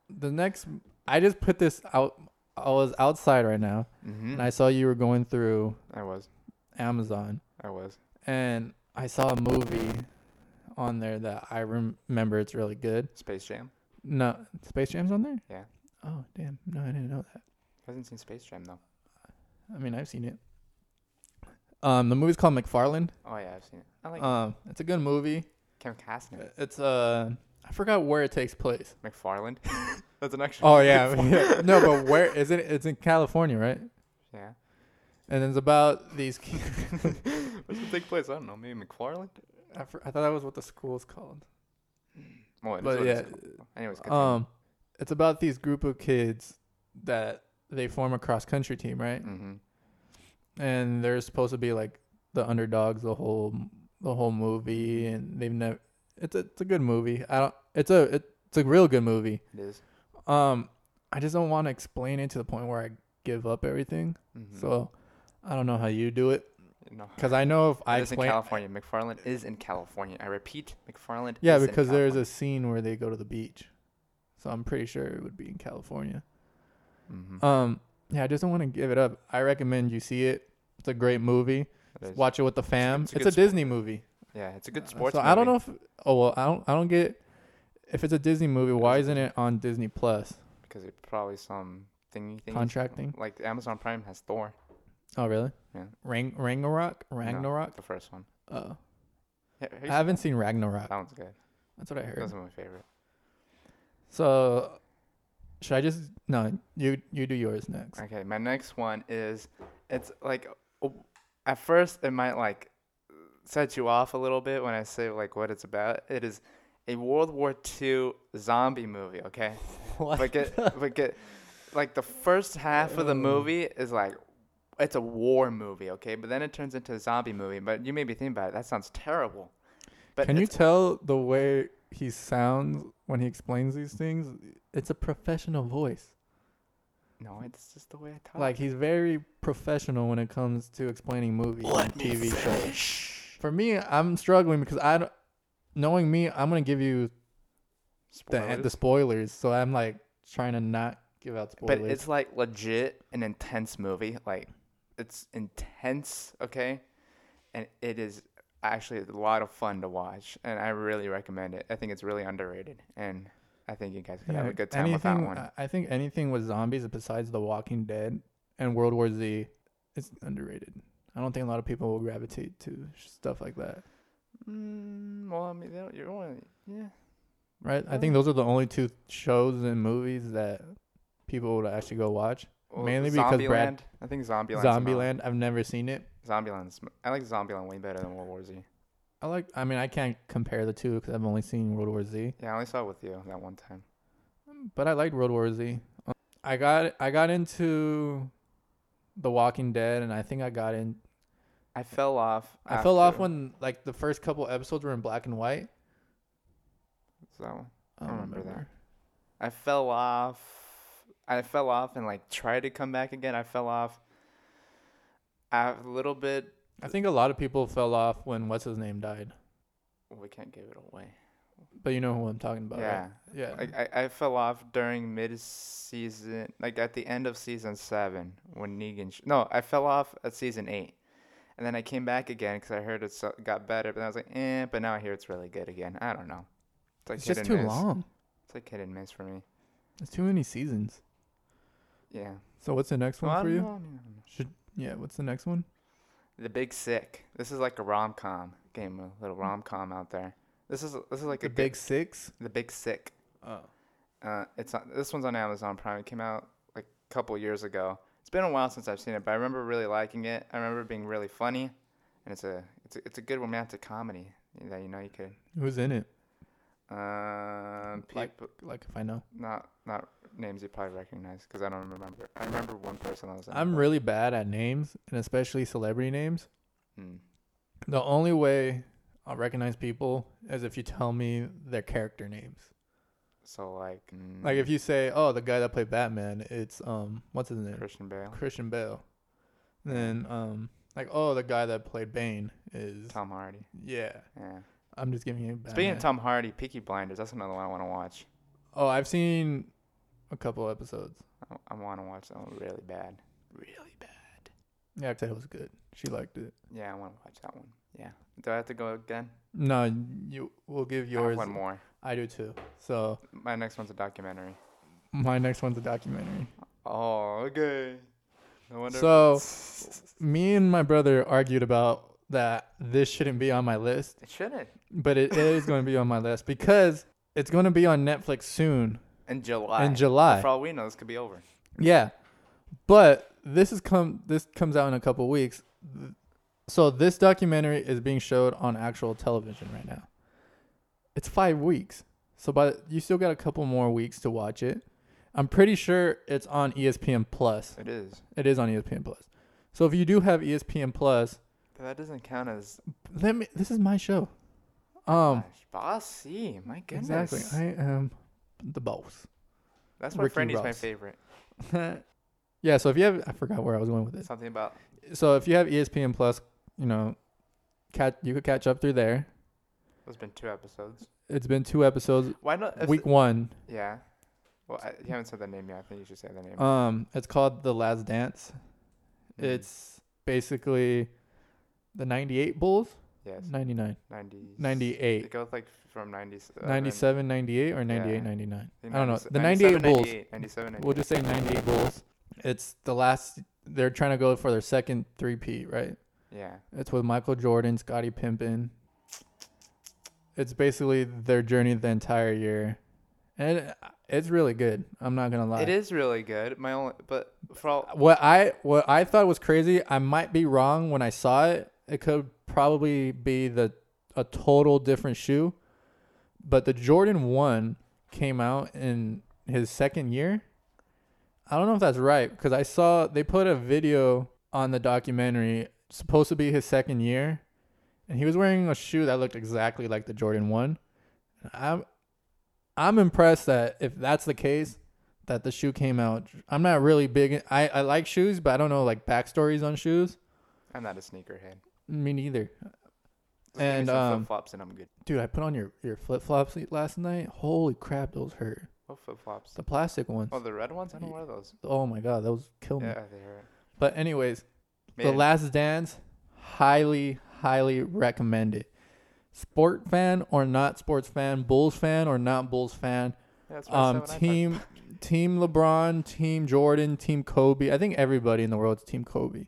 [SPEAKER 1] the next I just put this out I was outside right now
[SPEAKER 2] Mm-hmm.
[SPEAKER 1] and I saw you were going through
[SPEAKER 2] I was.
[SPEAKER 1] Amazon
[SPEAKER 2] I was.
[SPEAKER 1] and I saw a movie on there that I rem- remember it's really good.
[SPEAKER 2] Space Jam.
[SPEAKER 1] No, Space Jam's on there?
[SPEAKER 2] Yeah.
[SPEAKER 1] Oh, damn. No, I didn't know that.
[SPEAKER 2] I haven't seen Space Jam though.
[SPEAKER 1] I mean, I've seen it. Um the movie's called McFarland.
[SPEAKER 2] Oh yeah, I've seen it. I like
[SPEAKER 1] Um it's a good movie.
[SPEAKER 2] Kevin Costner.
[SPEAKER 1] It's uh I forgot where it takes place.
[SPEAKER 2] McFarland. That's an extra.
[SPEAKER 1] Oh yeah. no, but where is it? It's in California, right?
[SPEAKER 2] Yeah.
[SPEAKER 1] and it's about these. ki-
[SPEAKER 2] What's the take place? I don't know. Maybe McFarland.
[SPEAKER 1] I, fr- I thought that was what the school's called.
[SPEAKER 2] Well, it is
[SPEAKER 1] But
[SPEAKER 2] what it's
[SPEAKER 1] yeah.
[SPEAKER 2] called. Anyways,
[SPEAKER 1] Um, it's about these group of kids that they form a cross country team, right?
[SPEAKER 2] Mm-hmm.
[SPEAKER 1] And they're supposed to be like the underdogs the whole the whole movie, and they've never. It's a it's a good movie. I don't. It's a it's a real good movie.
[SPEAKER 2] It is.
[SPEAKER 1] Um, I just don't want to explain it to the point where I give up everything.
[SPEAKER 2] Mhm.
[SPEAKER 1] So I don't know how you do it
[SPEAKER 2] no.
[SPEAKER 1] because I know if I
[SPEAKER 2] It is in
[SPEAKER 1] explain.
[SPEAKER 2] California. McFarland is in California. I repeat, McFarland.
[SPEAKER 1] Yeah,
[SPEAKER 2] is in
[SPEAKER 1] because there's
[SPEAKER 2] California.
[SPEAKER 1] a scene where they go to the beach. So I'm pretty sure it would be in California.
[SPEAKER 2] Mm-hmm.
[SPEAKER 1] Um, yeah, I just don't want to give it up. I recommend you see it. It's a great movie. Watch it with the fam. It's
[SPEAKER 2] it's
[SPEAKER 1] a,
[SPEAKER 2] a good sp-
[SPEAKER 1] Disney movie.
[SPEAKER 2] Yeah, it's a good
[SPEAKER 1] Uh,
[SPEAKER 2] sports.
[SPEAKER 1] So I don't know if oh well I don't I don't get if it's a Disney movie why isn't it on Disney Plus?
[SPEAKER 2] because it probably some thingy thing.
[SPEAKER 1] Contracting?
[SPEAKER 2] Like Amazon Prime has Thor,
[SPEAKER 1] Oh really?
[SPEAKER 2] Yeah.
[SPEAKER 1] Rang Ragnarok Ragnarok.
[SPEAKER 2] the first one.
[SPEAKER 1] Oh,
[SPEAKER 2] Yeah, have you
[SPEAKER 1] I
[SPEAKER 2] seen-
[SPEAKER 1] haven't seen Ragnarok.
[SPEAKER 2] that one's good.
[SPEAKER 1] That's what I heard.
[SPEAKER 2] Those are my favorite.
[SPEAKER 1] So should I just no you you do yours next.
[SPEAKER 2] Okay, my next one is it's like o- at first it might like set you off a little bit when I say like what it's about. It is a World War II zombie movie. Okay,
[SPEAKER 1] What?
[SPEAKER 2] but get but get like the first half
[SPEAKER 1] Uh.
[SPEAKER 2] of the movie is like it's a war movie. Okay, but then it turns into a zombie movie. But you may be thinking about it. That sounds terrible. But
[SPEAKER 1] Can you
[SPEAKER 2] it's-
[SPEAKER 1] tell the way he sounds when he explains these things? It's a professional voice.
[SPEAKER 2] no, it's just the way I talk.
[SPEAKER 1] Like he's very professional when it comes to explaining movies and TV shows. For me, I'm struggling because I don't. Knowing me, I'm gonna give you the,
[SPEAKER 2] Spoilers.
[SPEAKER 1] the spoilers, so I'm like trying to not give out spoilers.
[SPEAKER 2] but it's like legit an intense movie. Like it's intense, okay? And it is actually a lot of fun to watch, and I really recommend it. I think it's really underrated, and I think you guys could have a good time
[SPEAKER 1] anything, uh,
[SPEAKER 2] with that one.
[SPEAKER 1] I- I think anything with zombies besides The Walking Dead and World War Z is underrated. I don't think a lot of people will gravitate to stuff like that.
[SPEAKER 2] mm, well, I mean, they don't- you're only yeah.
[SPEAKER 1] right? I think those are the only two shows and movies that people would actually go watch.
[SPEAKER 2] Well,
[SPEAKER 1] Mainly because Brad
[SPEAKER 2] Zombieland- I think Zombieland.
[SPEAKER 1] Zombieland. I've never seen it.
[SPEAKER 2] Zombieland. I like Zombieland way better than World War Z.
[SPEAKER 1] I like. I mean, I can't compare the two because I've only seen World War Z.
[SPEAKER 2] Yeah, I only saw it with you that one time.
[SPEAKER 1] But I liked World War Z. Um, I got I got into The Walking Dead, and I think I got in.
[SPEAKER 2] I fell off.
[SPEAKER 1] I fell off
[SPEAKER 2] after-
[SPEAKER 1] when like the first couple episodes were in black and white. Um,
[SPEAKER 2] So
[SPEAKER 1] I
[SPEAKER 2] I
[SPEAKER 1] don't
[SPEAKER 2] remember
[SPEAKER 1] remember,
[SPEAKER 2] that. I fell off. I fell off and like tried to come back again. I fell off a little bit.
[SPEAKER 1] I think a lot of people fell off when what's his name died.
[SPEAKER 2] We can't give it away.
[SPEAKER 1] But you know who I'm talking about.
[SPEAKER 2] yeah,
[SPEAKER 1] right? yeah.
[SPEAKER 2] like I, I fell off during mid season, like at the end of season seven when Negan. Sh- no, I fell off at season eight, and then I came back again because I heard it so- got better. But then I was like, eh. But now I hear it's really good again. I don't know. It's like
[SPEAKER 1] it's
[SPEAKER 2] hit
[SPEAKER 1] just
[SPEAKER 2] and
[SPEAKER 1] too
[SPEAKER 2] miss.
[SPEAKER 1] long.
[SPEAKER 2] It's like hit and miss for me.
[SPEAKER 1] It's too many seasons.
[SPEAKER 2] Yeah.
[SPEAKER 1] So what's the next one
[SPEAKER 2] Well, I
[SPEAKER 1] for
[SPEAKER 2] don't
[SPEAKER 1] you?
[SPEAKER 2] know, I mean, I don't know.
[SPEAKER 1] Should yeah, what's the next one?
[SPEAKER 2] The Big Sick. This is like a rom com game, a little rom com out there. This is this is like
[SPEAKER 1] Hmm. The
[SPEAKER 2] a good-
[SPEAKER 1] Big Six.
[SPEAKER 2] The Big Sick.
[SPEAKER 1] Oh.
[SPEAKER 2] Uh, it's on, this one's on Amazon Prime. It came out like a couple years ago. It's been a while since I've seen it, but I remember really liking it. I remember it being really funny, and it's a it's a, it's a good romantic comedy that you know you could.
[SPEAKER 1] Who's in it?
[SPEAKER 2] Um,
[SPEAKER 1] Like-
[SPEAKER 2] people,
[SPEAKER 1] Like if I know.
[SPEAKER 2] not not names you probably recognize because I don't remember. I remember one person that was. in it,
[SPEAKER 1] I'm
[SPEAKER 2] but-
[SPEAKER 1] really bad at names and especially celebrity names.
[SPEAKER 2] Mm.
[SPEAKER 1] The only way I'll recognize people is if you tell me their character names.
[SPEAKER 2] So like
[SPEAKER 1] Like if
[SPEAKER 2] mm,
[SPEAKER 1] you say, "Oh, the guy that played Batman, it's um what's his name?
[SPEAKER 2] Christian Bale,
[SPEAKER 1] Christian Bale." Then um like, "Oh, the guy that played Bane is
[SPEAKER 2] Tom Hardy,
[SPEAKER 1] yeah."
[SPEAKER 2] yeah.
[SPEAKER 1] I'm just giving you Batman.
[SPEAKER 2] Speaking of Tom Hardy, Peaky Blinders, that's another one I want to watch.
[SPEAKER 1] Oh, I've seen a couple episodes.
[SPEAKER 2] I, I want to watch that one really bad. Really bad.
[SPEAKER 1] Yeah, it was good. She liked it.
[SPEAKER 2] Yeah, I want to watch that one. Yeah. Do I have to go again?
[SPEAKER 1] No, you. We'll give
[SPEAKER 2] I have
[SPEAKER 1] yours.
[SPEAKER 2] one more.
[SPEAKER 1] I do too. So
[SPEAKER 2] My next one's a documentary.
[SPEAKER 1] my next one's a documentary.
[SPEAKER 2] Oh, okay. No wonder.
[SPEAKER 1] So me and my brother argued about that this shouldn't be on my list,
[SPEAKER 2] it shouldn't.
[SPEAKER 1] but it is going to be on my list because it's going to be on Netflix soon
[SPEAKER 2] In July.
[SPEAKER 1] in July.
[SPEAKER 2] For all we know, this could be over.
[SPEAKER 1] yeah, but this is come. This comes out in a couple weeks. Th- So this documentary is being showed on actual television right now. It's five weeks, so by you still got a couple more weeks to watch it. I'm pretty sure it's on E ESPN Plus.
[SPEAKER 2] It is.
[SPEAKER 1] It is on E ESPN Plus. So if you do have E ESPN Plus,
[SPEAKER 2] But that doesn't count as.
[SPEAKER 1] let me. This is my show. Um,
[SPEAKER 2] Gosh, bossy. My goodness.
[SPEAKER 1] exactly. I am the boss.
[SPEAKER 2] That's why
[SPEAKER 1] Ricky
[SPEAKER 2] Freddy's my
[SPEAKER 1] Ross.
[SPEAKER 2] favorite.
[SPEAKER 1] yeah. So if you have, I forgot where I was going with this.
[SPEAKER 2] Something about.
[SPEAKER 1] So if you have E ESPN Plus, you know, catch you could catch up through there.
[SPEAKER 2] It's been two episodes.
[SPEAKER 1] It's been two episodes.
[SPEAKER 2] Why not? If
[SPEAKER 1] Week one,
[SPEAKER 2] yeah. Well, I, you haven't said the name yet. I think you should say the name.
[SPEAKER 1] Um, it's called The Last Dance.
[SPEAKER 2] Mhm.
[SPEAKER 1] It's basically the 98 Bulls,
[SPEAKER 2] yes.
[SPEAKER 1] 99,
[SPEAKER 2] 90,
[SPEAKER 1] 98.
[SPEAKER 2] It goes like from uh, 97.
[SPEAKER 1] 97, 98, or 98,
[SPEAKER 2] Yeah.
[SPEAKER 1] 99.
[SPEAKER 2] I
[SPEAKER 1] I don't know. The 98 Bulls.
[SPEAKER 2] 97, 98.
[SPEAKER 1] We'll just say 98 Bulls. It's the last. They're trying to go for their second three P, right?
[SPEAKER 2] yeah.
[SPEAKER 1] It's with Michael Jordan, Scottie Pimpin. It's basically their journey the entire year, and it- it's really good. I'm not gonna lie.
[SPEAKER 2] It is really good. My only, but for all,
[SPEAKER 1] What I what I thought was crazy. I might be wrong when I saw it. It could probably be the a total different shoe, but the Jordan one came out in his second year. I don't know if that's right because I saw they put a video on the documentary supposed to be his second year, and he was wearing a shoe that looked exactly like the Jordan one. I'm I'm impressed that if that's the case, that the shoe came out. I'm not really big. I I like shoes, but I don't know like backstories on shoes.
[SPEAKER 2] I'm not a sneakerhead.
[SPEAKER 1] Me neither.
[SPEAKER 2] Just give me
[SPEAKER 1] And,
[SPEAKER 2] some
[SPEAKER 1] um,
[SPEAKER 2] flip-flops and I'm good.
[SPEAKER 1] Dude, I put on your your flip flops last night. Holy crap, those hurt.
[SPEAKER 2] What Oh, flip-flops?
[SPEAKER 1] The plastic ones.
[SPEAKER 2] Oh, the red ones? I don't wear those.
[SPEAKER 1] Oh my god, those kill me.
[SPEAKER 2] Yeah, they hurt.
[SPEAKER 1] But anyways, The
[SPEAKER 2] Man,
[SPEAKER 1] Last Dance, highly highly recommend it. Sport fan or not sports fan, Bulls fan or not Bulls fan,
[SPEAKER 2] that's what I said
[SPEAKER 1] um
[SPEAKER 2] when I talked-
[SPEAKER 1] team team LeBron, team Jordan, team Kobe. I think everybody in the world's team Kobe.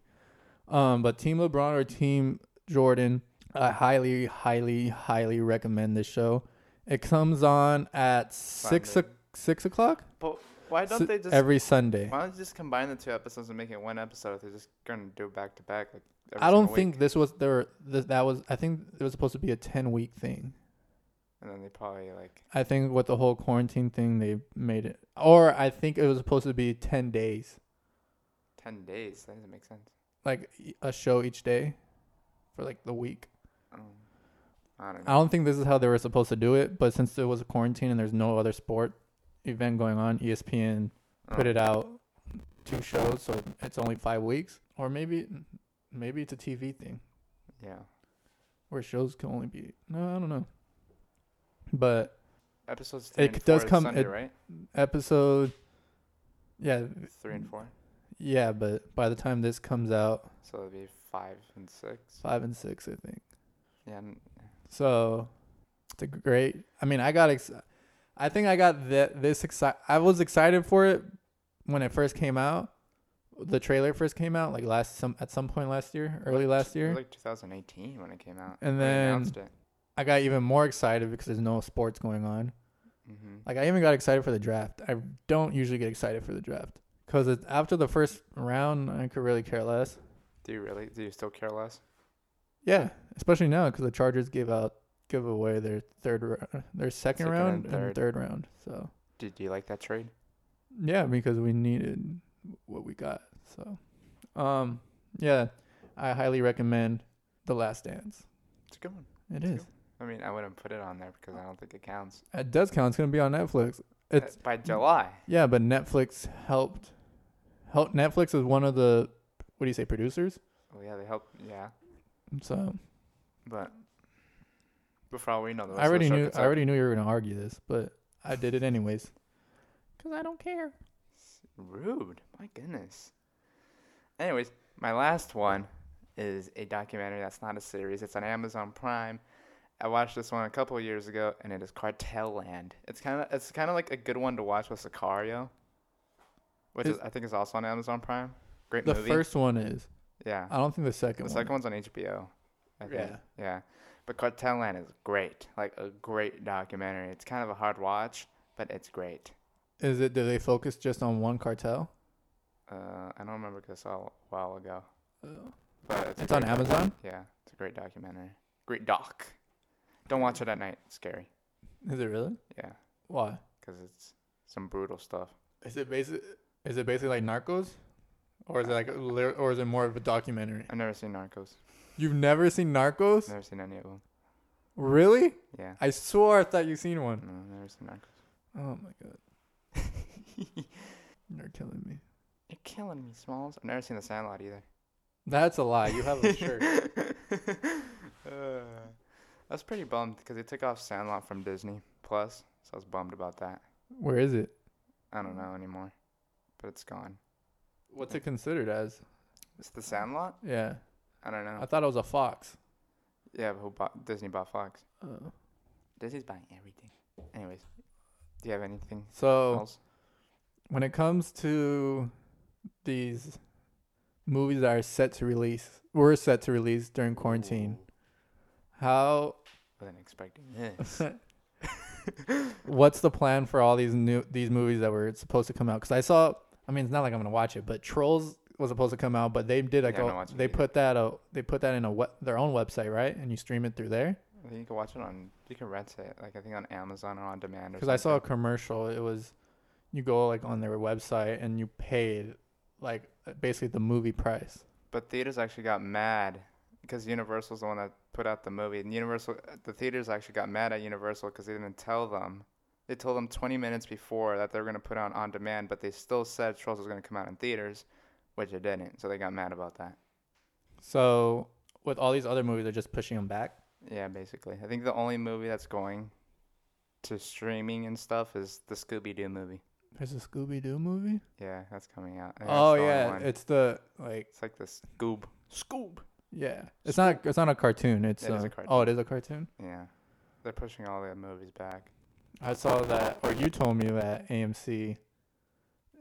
[SPEAKER 1] Um but team LeBron or team Jordan, I highly highly highly recommend this show. It comes on at six o-
[SPEAKER 2] Sunday.
[SPEAKER 1] six o'clock
[SPEAKER 2] But why don't
[SPEAKER 1] S-
[SPEAKER 2] they just?
[SPEAKER 1] every Sunday.
[SPEAKER 2] why don't they just combine the two episodes and make it one episode? If they're just gonna do it back to back. Like every
[SPEAKER 1] I don't
[SPEAKER 2] single
[SPEAKER 1] think
[SPEAKER 2] week?
[SPEAKER 1] this was there. Th- that was I think it was supposed to be a ten week thing.
[SPEAKER 2] And then they probably like.
[SPEAKER 1] I think with the whole quarantine thing, they made it, or I think it was supposed to be ten days,
[SPEAKER 2] Ten days. That doesn't make sense.
[SPEAKER 1] like e- a show each day, for like the week.
[SPEAKER 2] Um, I don't know.
[SPEAKER 1] I don't think this is how they were supposed to do it, but since there was a quarantine and there's no other sport event going on, E ESPN put
[SPEAKER 2] Oh.
[SPEAKER 1] it out two shows, so it's only five weeks, or maybe maybe it's a TV thing.
[SPEAKER 2] Yeah.
[SPEAKER 1] where shows can only be no, I don't know. But
[SPEAKER 2] Episodes. Three
[SPEAKER 1] It
[SPEAKER 2] and
[SPEAKER 1] does
[SPEAKER 2] four is
[SPEAKER 1] come-
[SPEAKER 2] Sunday,
[SPEAKER 1] it-
[SPEAKER 2] right?
[SPEAKER 1] episode, yeah,
[SPEAKER 2] Three and four.
[SPEAKER 1] yeah. But by the time this comes out,
[SPEAKER 2] So it'd be five and six.
[SPEAKER 1] five and six, I think.
[SPEAKER 2] Yeah. n-
[SPEAKER 1] So it's a great. I mean, I got. Ex- I think I got that this excited. I was excited for it when it first came out. The trailer first came out like last some at some point last year, early last
[SPEAKER 2] It was
[SPEAKER 1] year.
[SPEAKER 2] like 2018 when it came out.
[SPEAKER 1] And
[SPEAKER 2] when they
[SPEAKER 1] then-
[SPEAKER 2] announced it.
[SPEAKER 1] I got even more excited because there's no sports going on.
[SPEAKER 2] hmm
[SPEAKER 1] Like I even got excited for the draft. I don't usually get excited for the draft because after the first round, I could really care less.
[SPEAKER 2] Do you really? Do you still care less?
[SPEAKER 1] Yeah, especially now because the Chargers give out give away their third rou- their second,
[SPEAKER 2] Second
[SPEAKER 1] round
[SPEAKER 2] and
[SPEAKER 1] and,
[SPEAKER 2] third.
[SPEAKER 1] third round. So
[SPEAKER 2] Did you like that trade?
[SPEAKER 1] yeah, because we needed what we got. So um yeah, I highly recommend The Last Dance.
[SPEAKER 2] It's a good one.
[SPEAKER 1] It
[SPEAKER 2] That's
[SPEAKER 1] is.
[SPEAKER 2] I mean, I wouldn't put it on there because I don't think it counts.
[SPEAKER 1] It does count. It's gonna be on Netflix. It's
[SPEAKER 2] It's by July.
[SPEAKER 1] Yeah, but Netflix helped. Help Netflix is one of the what do you say producers.
[SPEAKER 2] Oh yeah, they help. Yeah,
[SPEAKER 1] So
[SPEAKER 2] but before we know, the rest
[SPEAKER 1] I already
[SPEAKER 2] of the show
[SPEAKER 1] knew
[SPEAKER 2] gets
[SPEAKER 1] I
[SPEAKER 2] up.
[SPEAKER 1] already knew you were gonna argue this, but I did it anyways. Cause I don't care.
[SPEAKER 2] Rude. My goodness. Anyways, my last one is a documentary that's not a series. It's on Amazon Prime. I watched this one a couple years ago, and it is Cartel Land. It's kind of it's kind of like a good one to watch with Sicario, which is,
[SPEAKER 1] Is-
[SPEAKER 2] I think is also on Amazon Prime. Great
[SPEAKER 1] The
[SPEAKER 2] movie.
[SPEAKER 1] first one is.
[SPEAKER 2] yeah.
[SPEAKER 1] I don't think the second
[SPEAKER 2] The
[SPEAKER 1] one.
[SPEAKER 2] second one's on HBO. I think.
[SPEAKER 1] Yeah.
[SPEAKER 2] Yeah. But Cartel Land is great. Like a great documentary. It's kind of a hard watch, but it's great.
[SPEAKER 1] Is it? Do they focus just on one cartel?
[SPEAKER 2] Uh, I don't remember because I saw it a while ago.
[SPEAKER 1] Oh.
[SPEAKER 2] But it's, a
[SPEAKER 1] It's on
[SPEAKER 2] great-
[SPEAKER 1] Amazon.
[SPEAKER 2] Yeah, it's a great documentary. Great doc. Don't watch it at night. It's scary.
[SPEAKER 1] Is it really?
[SPEAKER 2] Yeah,
[SPEAKER 1] Why?
[SPEAKER 2] because it's some brutal stuff.
[SPEAKER 1] Is it basic? Is it basically like Narcos, or is it like, a lir- or is it more of a documentary?
[SPEAKER 2] I've never seen Narcos.
[SPEAKER 1] You've never seen Narcos?
[SPEAKER 2] Never seen any of them.
[SPEAKER 1] Really?
[SPEAKER 2] Yeah.
[SPEAKER 1] I swore I thought you seen one.
[SPEAKER 2] No, never seen Narcos.
[SPEAKER 1] Oh my god, you're killing me.
[SPEAKER 2] You're killing me, Smalls. I've never seen The Sandlot either.
[SPEAKER 1] That's a lie. You have a shirt.
[SPEAKER 2] Uh, I was pretty bummed because they took off Sandlot from Disney Plus, so I was bummed about that.
[SPEAKER 1] Where is it?
[SPEAKER 2] I don't know anymore, but it's gone.
[SPEAKER 1] What's it considered as?
[SPEAKER 2] It's the Sandlot.
[SPEAKER 1] Yeah,
[SPEAKER 2] I don't know.
[SPEAKER 1] I thought it was a fox.
[SPEAKER 2] yeah, but who bought Disney bought Fox?
[SPEAKER 1] Uh,
[SPEAKER 2] Disney's buying everything. Anyways, do you have anything
[SPEAKER 1] so
[SPEAKER 2] else?
[SPEAKER 1] when it comes to these movies that are set to release, were set to release during quarantine,
[SPEAKER 2] Ooh,
[SPEAKER 1] how
[SPEAKER 2] wasn't expecting this.
[SPEAKER 1] what's the plan for all these new these movies that were supposed to come out? Because I saw, I mean, it's not like I'm gonna watch it, but Trolls was supposed to come out, but they did like
[SPEAKER 2] Yeah, I'm not
[SPEAKER 1] a,
[SPEAKER 2] watching
[SPEAKER 1] they
[SPEAKER 2] it either.
[SPEAKER 1] put that a, they put that in a we- their own website, right? And you stream it through there.
[SPEAKER 2] I think you can watch it on. You can rent it, like I think on Amazon or on demand. or
[SPEAKER 1] Because I saw a
[SPEAKER 2] something.
[SPEAKER 1] commercial. It was you go like on their website and you paid like uh, basically the movie price.
[SPEAKER 2] But theaters actually got mad because Universal's the one that put out the movie, and Universal, uh, the theaters actually got mad at Universal because they didn't tell them. They told them 20 minutes before that they were going to put out on demand, but they still said Trolls was going to come out in theaters, which it didn't. So they got mad about that.
[SPEAKER 1] So with all these other movies, they're just pushing them back.
[SPEAKER 2] Yeah, basically. I think the only movie that's going to streaming and stuff is the Scooby Doo movie.
[SPEAKER 1] There's a Scooby Doo movie.
[SPEAKER 2] Yeah, that's coming out. I think that's
[SPEAKER 1] Oh
[SPEAKER 2] the only
[SPEAKER 1] yeah,
[SPEAKER 2] one. It's,
[SPEAKER 1] it's the like
[SPEAKER 2] like the Scoob. Scoob.
[SPEAKER 1] yeah. It's not it's not a cartoon. It's
[SPEAKER 2] It
[SPEAKER 1] uh,
[SPEAKER 2] is a
[SPEAKER 1] oh,
[SPEAKER 2] cartoon.
[SPEAKER 1] it is a cartoon.
[SPEAKER 2] Yeah. They're pushing all the movies back.
[SPEAKER 1] I saw that, or you told me that AMC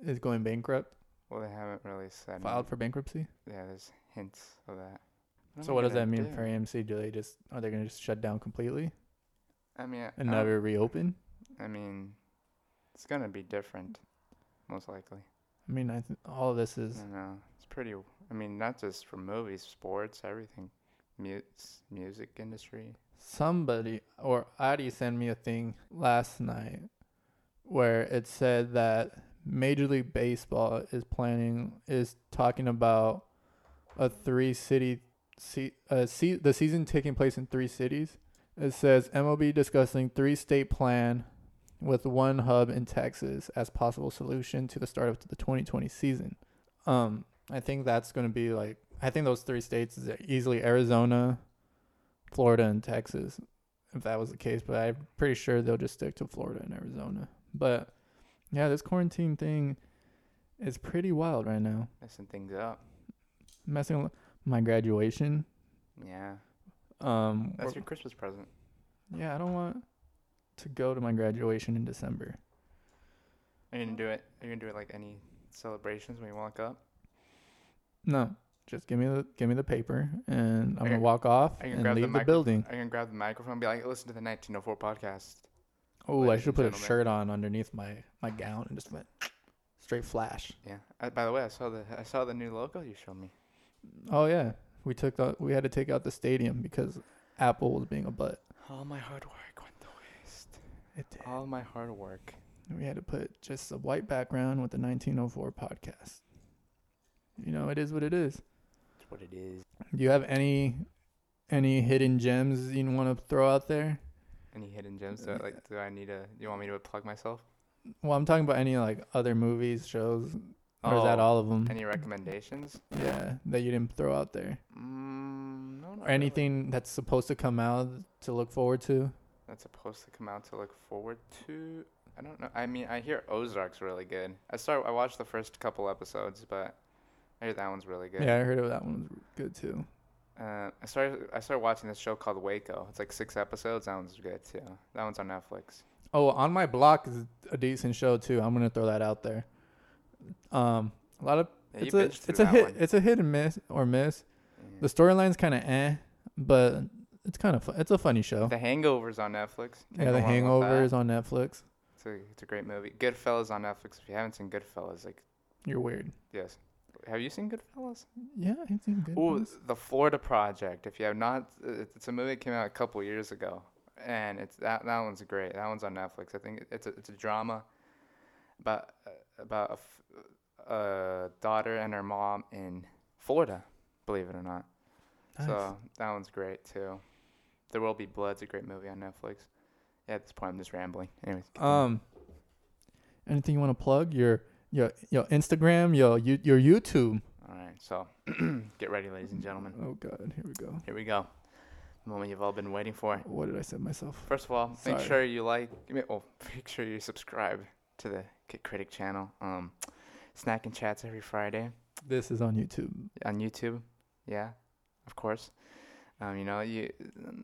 [SPEAKER 1] is going bankrupt,
[SPEAKER 2] Well, they haven't really said. any-
[SPEAKER 1] filed for bankruptcy.
[SPEAKER 2] Yeah, there's hints of that. What
[SPEAKER 1] So
[SPEAKER 2] am I
[SPEAKER 1] what does
[SPEAKER 2] gonna
[SPEAKER 1] that mean
[SPEAKER 2] do?
[SPEAKER 1] for AMC? Do they just are they gonna just shut down completely
[SPEAKER 2] I mean,
[SPEAKER 1] and
[SPEAKER 2] I,
[SPEAKER 1] never reopen?
[SPEAKER 2] I mean, it's gonna be different, most likely.
[SPEAKER 1] I mean, I th- all of this
[SPEAKER 2] I
[SPEAKER 1] is
[SPEAKER 2] don't know. It's pretty. I mean, not just for movies, sports, everything, Mu- s- music industry.
[SPEAKER 1] somebody or Adi sent me a thing last night where it said that Major League Baseball is planning is talking about a three city se- uh, se- the season taking place in three cities. It says MLB discussing three state plan with one hub in Texas as possible solution to the start of the 2020 season. Um, I think that's going to be like I think those three states is easily Arizona, Florida and Texas if that was the case, but I'm pretty sure they'll just stick to Florida and Arizona. But yeah, this quarantine thing is pretty wild right now.
[SPEAKER 2] Messing things up.
[SPEAKER 1] Messing with my graduation.
[SPEAKER 2] Yeah,
[SPEAKER 1] Um
[SPEAKER 2] that's
[SPEAKER 1] we're-
[SPEAKER 2] your Christmas present.
[SPEAKER 1] yeah, I don't want to go to my graduation in December.
[SPEAKER 2] Are you gonna do it? Are you gonna do it like any celebrations when you walk up?
[SPEAKER 1] No. Just give me the give me the paper and I'm
[SPEAKER 2] Okay.
[SPEAKER 1] gonna walk off
[SPEAKER 2] I can
[SPEAKER 1] and
[SPEAKER 2] grab the
[SPEAKER 1] leave the,
[SPEAKER 2] micro-
[SPEAKER 1] building.
[SPEAKER 2] Are you gonna grab the microphone and be like, "Listen to the 1904 podcast"?
[SPEAKER 1] Oh, I
[SPEAKER 2] ladies
[SPEAKER 1] should
[SPEAKER 2] and
[SPEAKER 1] put a
[SPEAKER 2] gentlemen.
[SPEAKER 1] shirt on underneath my, my gown and just went straight flash.
[SPEAKER 2] Yeah. I, Uh, by the way, I saw the I saw the new logo you showed me.
[SPEAKER 1] Oh yeah, we took the we had to take out the stadium because Apple was being a butt.
[SPEAKER 2] All my hard work went to waste.
[SPEAKER 1] It did.
[SPEAKER 2] All my hard work.
[SPEAKER 1] We had to put just a white background with the 1904 podcast. You know, it is what it is.
[SPEAKER 2] That's what it is.
[SPEAKER 1] Do you have any any hidden gems you want to throw out there?
[SPEAKER 2] Any hidden gems? Do I, like, do I need to? You want me to plug myself?
[SPEAKER 1] Well, I'm talking about any like other movies, shows, or is that
[SPEAKER 2] Oh,
[SPEAKER 1] all of them?
[SPEAKER 2] Any recommendations?
[SPEAKER 1] yeah, that you didn't throw out there,
[SPEAKER 2] Mm, no, not
[SPEAKER 1] or
[SPEAKER 2] really.
[SPEAKER 1] anything that's supposed to come out to look forward to.
[SPEAKER 2] that's supposed to come out to look forward to. I don't know. I mean, I hear Ozark's really good. I start. I watched the first couple episodes, but I hear that one's really good.
[SPEAKER 1] Yeah, I heard of that one was good too.
[SPEAKER 2] Uh, I started. I started watching this show called Waco. It's like six episodes. That one's good too. That one's on Netflix.
[SPEAKER 1] Oh, on my block is a decent show too. I'm gonna throw that out there. Um, a lot of
[SPEAKER 2] Yeah,
[SPEAKER 1] it's
[SPEAKER 2] you
[SPEAKER 1] a
[SPEAKER 2] binged through
[SPEAKER 1] it's a
[SPEAKER 2] that
[SPEAKER 1] hit
[SPEAKER 2] one. Mm-hmm.
[SPEAKER 1] it's a hit and miss or miss.
[SPEAKER 2] Yeah.
[SPEAKER 1] The storyline's kind of eh, but it's kind of fun. it's a funny show.
[SPEAKER 2] The Hangover's on Netflix. Can't
[SPEAKER 1] yeah, The
[SPEAKER 2] go wrong with
[SPEAKER 1] Hangover
[SPEAKER 2] that.
[SPEAKER 1] is on Netflix.
[SPEAKER 2] It's a, it's a great movie. Goodfellas on Netflix. If you haven't seen Goodfellas, like
[SPEAKER 1] You're weird.
[SPEAKER 2] yes. Have you seen Goodfellas?
[SPEAKER 1] Yeah, it's in good.
[SPEAKER 2] Ooh,
[SPEAKER 1] ones.
[SPEAKER 2] The Florida Project. If you have not, it- it's a movie that came out a couple years ago, and it's that that one's great. That one's on Netflix. I think it's a it's a drama about about a, f- a daughter and her mom in Florida. Believe it or not.
[SPEAKER 1] Nice.
[SPEAKER 2] So that one's great too. There will be blood's a great movie on Netflix. Yeah, at this point I'm just rambling. Anyways. continue.
[SPEAKER 1] um, anything you want to plug? Your your your Instagram, your you- your YouTube.
[SPEAKER 2] All right, so get ready, ladies and gentlemen.
[SPEAKER 1] Oh God, here we go.
[SPEAKER 2] Here we go. The moment you've all been waiting for.
[SPEAKER 1] What did I say myself?
[SPEAKER 2] First of all,
[SPEAKER 1] Sorry.
[SPEAKER 2] oh, make sure you like, I mean, well, make sure you subscribe to the Kid Critic channel. Um, Snack and Chats every Friday
[SPEAKER 1] This is on YouTube.
[SPEAKER 2] on YouTube. Yeah, of course. Um, you know, you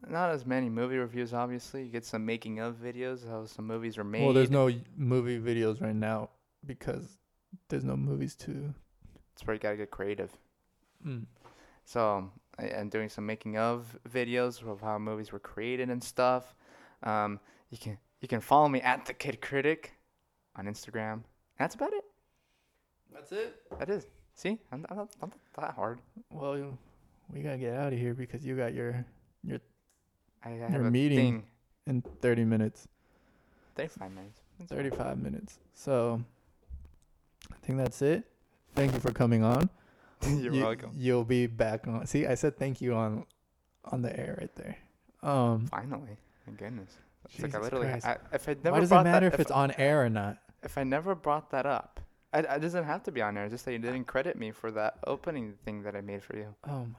[SPEAKER 2] not as many movie reviews. Obviously, you get some making of videos how some movies were made.
[SPEAKER 1] Well, there's no movie videos right now because there's no movies to.
[SPEAKER 2] That's where you gotta get creative.
[SPEAKER 1] Mm.
[SPEAKER 2] So um, I am doing some making of videos of how movies were created and stuff. Um, you can you can follow me at the Kid Critic on Instagram. That's about it.
[SPEAKER 1] That's it.
[SPEAKER 2] That is. See, I'm, I'm, not, I'm not that hard.
[SPEAKER 1] Well, you- we gotta get out of here because you got your
[SPEAKER 2] I, I have
[SPEAKER 1] Your
[SPEAKER 2] a
[SPEAKER 1] meeting.
[SPEAKER 2] thing.
[SPEAKER 1] in 30 minutes,
[SPEAKER 2] Thirty-five minutes. That's fine.
[SPEAKER 1] 35 minutes. So I think that's it. Thank you for coming on.
[SPEAKER 2] You're
[SPEAKER 1] You-
[SPEAKER 2] welcome.
[SPEAKER 1] You'll be back on. See, I said thank you on on the air right there. Um,
[SPEAKER 2] Finally, my goodness. It's like I
[SPEAKER 1] Jesus
[SPEAKER 2] literally.
[SPEAKER 1] Christ.
[SPEAKER 2] I, if I never
[SPEAKER 1] why does it
[SPEAKER 2] brought
[SPEAKER 1] matter
[SPEAKER 2] that,
[SPEAKER 1] if it's on air or not?
[SPEAKER 2] if I never brought that up, I, I doesn't have to be on there. Just that you didn't credit me for that opening thing that I made for you.
[SPEAKER 1] Oh my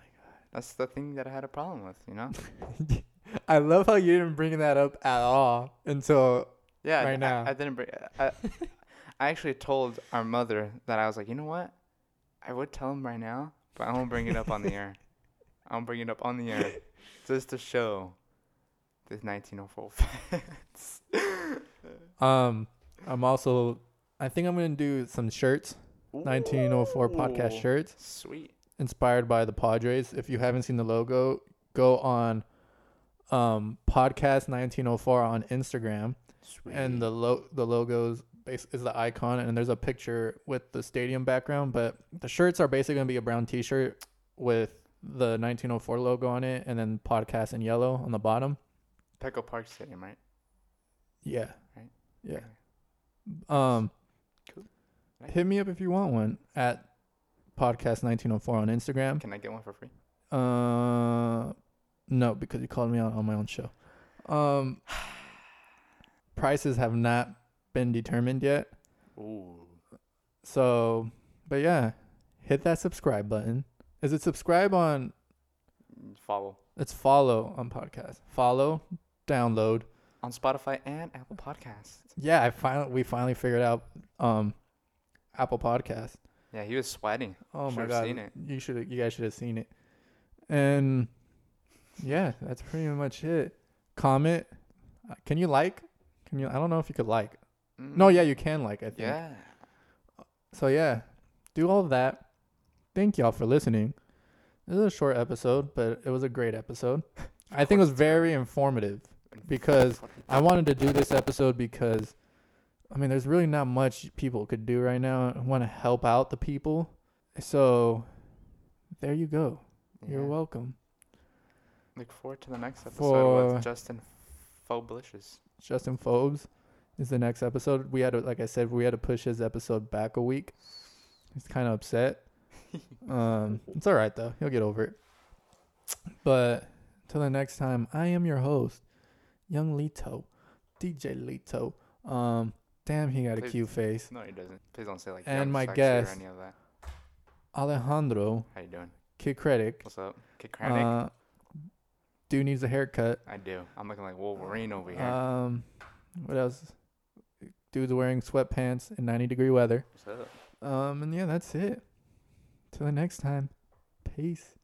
[SPEAKER 2] That's the thing that I had a problem with. You know.
[SPEAKER 1] I love how you didn't bring that up at all until
[SPEAKER 2] Yeah, I-
[SPEAKER 1] right
[SPEAKER 2] I,
[SPEAKER 1] now.
[SPEAKER 2] I didn't bring. I, I actually told our mother that I was like, you know what? I would tell him right now, but I won't bring it up on the air. I won't bring it up on the air just to show this 1904 facts.
[SPEAKER 1] um I'm also I think I'm gonna do some shirts, 1904 podcast
[SPEAKER 2] Ooh,
[SPEAKER 1] shirts
[SPEAKER 2] Sweet.
[SPEAKER 1] inspired by the Padres. If you haven't seen the logo, go on um podcast 1904 on Instagram
[SPEAKER 2] Sweet.
[SPEAKER 1] and the lo- the logos base is the icon and there's a picture with the stadium background but the shirts are basically going to be a brown t-shirt with the 1904 logo on it and then podcast in yellow on the bottom
[SPEAKER 2] Peco Park Stadium, right?
[SPEAKER 1] Yeah.
[SPEAKER 2] Right?
[SPEAKER 1] Yeah.
[SPEAKER 2] Okay.
[SPEAKER 1] Um
[SPEAKER 2] Cool. Nice.
[SPEAKER 1] hit me up if you want one at podcast nineteen oh four on Instagram.
[SPEAKER 2] Can I get one for free?
[SPEAKER 1] Uh no, because you called me out on my own show. Um prices have not been determined yet.
[SPEAKER 2] Ooh.
[SPEAKER 1] So but yeah. Hit that subscribe button. Is it subscribe on
[SPEAKER 2] Follow
[SPEAKER 1] it's follow on podcast. Follow, download.
[SPEAKER 2] on Spotify and Apple Podcasts.
[SPEAKER 1] Yeah, I finally we finally figured out um Apple Podcast.
[SPEAKER 2] Yeah, he was sweating.
[SPEAKER 1] Oh my
[SPEAKER 2] Should've
[SPEAKER 1] god!
[SPEAKER 2] seen it.
[SPEAKER 1] You should. You guys should have seen it. And yeah, that's pretty much it. Comment. Uh, Can you like? Can you? I don't know if you could like. No,
[SPEAKER 2] Mm.
[SPEAKER 1] yeah, you can like. I think.
[SPEAKER 2] Yeah.
[SPEAKER 1] So yeah, do all that. Thank y'all for listening. This is a short episode, but it was a great episode. I think it was very informative because I wanted to do this episode because I mean there's really not much people could do right now. I want to help out the people. So there you go. You're
[SPEAKER 2] Yeah.
[SPEAKER 1] welcome.
[SPEAKER 2] Look forward to the next episode
[SPEAKER 1] For-
[SPEAKER 2] with Justin Foblicious.
[SPEAKER 1] Justin Phobes is the next episode. We had to like I said, we had to push his episode back a week. He's kind of upset. um it's all right though. He'll get over it. But till the next time, I am your host, Young Lito, DJ Lito. Um damn, he got a
[SPEAKER 2] Please.
[SPEAKER 1] cute face.
[SPEAKER 2] No, he doesn't. Please don't say like.
[SPEAKER 1] And
[SPEAKER 2] young
[SPEAKER 1] my
[SPEAKER 2] sexy
[SPEAKER 1] guest.
[SPEAKER 2] Or any of that.
[SPEAKER 1] Alejandro
[SPEAKER 2] How you doing?
[SPEAKER 1] Kid Credit.
[SPEAKER 2] What's up? Kid Kranich?
[SPEAKER 1] Uh, dude needs a haircut.
[SPEAKER 2] I do. I'm looking like Wolverine over here.
[SPEAKER 1] Um, what else? Dude's wearing sweatpants in 90 degree weather.
[SPEAKER 2] What's up?
[SPEAKER 1] Um, and yeah, that's it. Till the next time. Peace.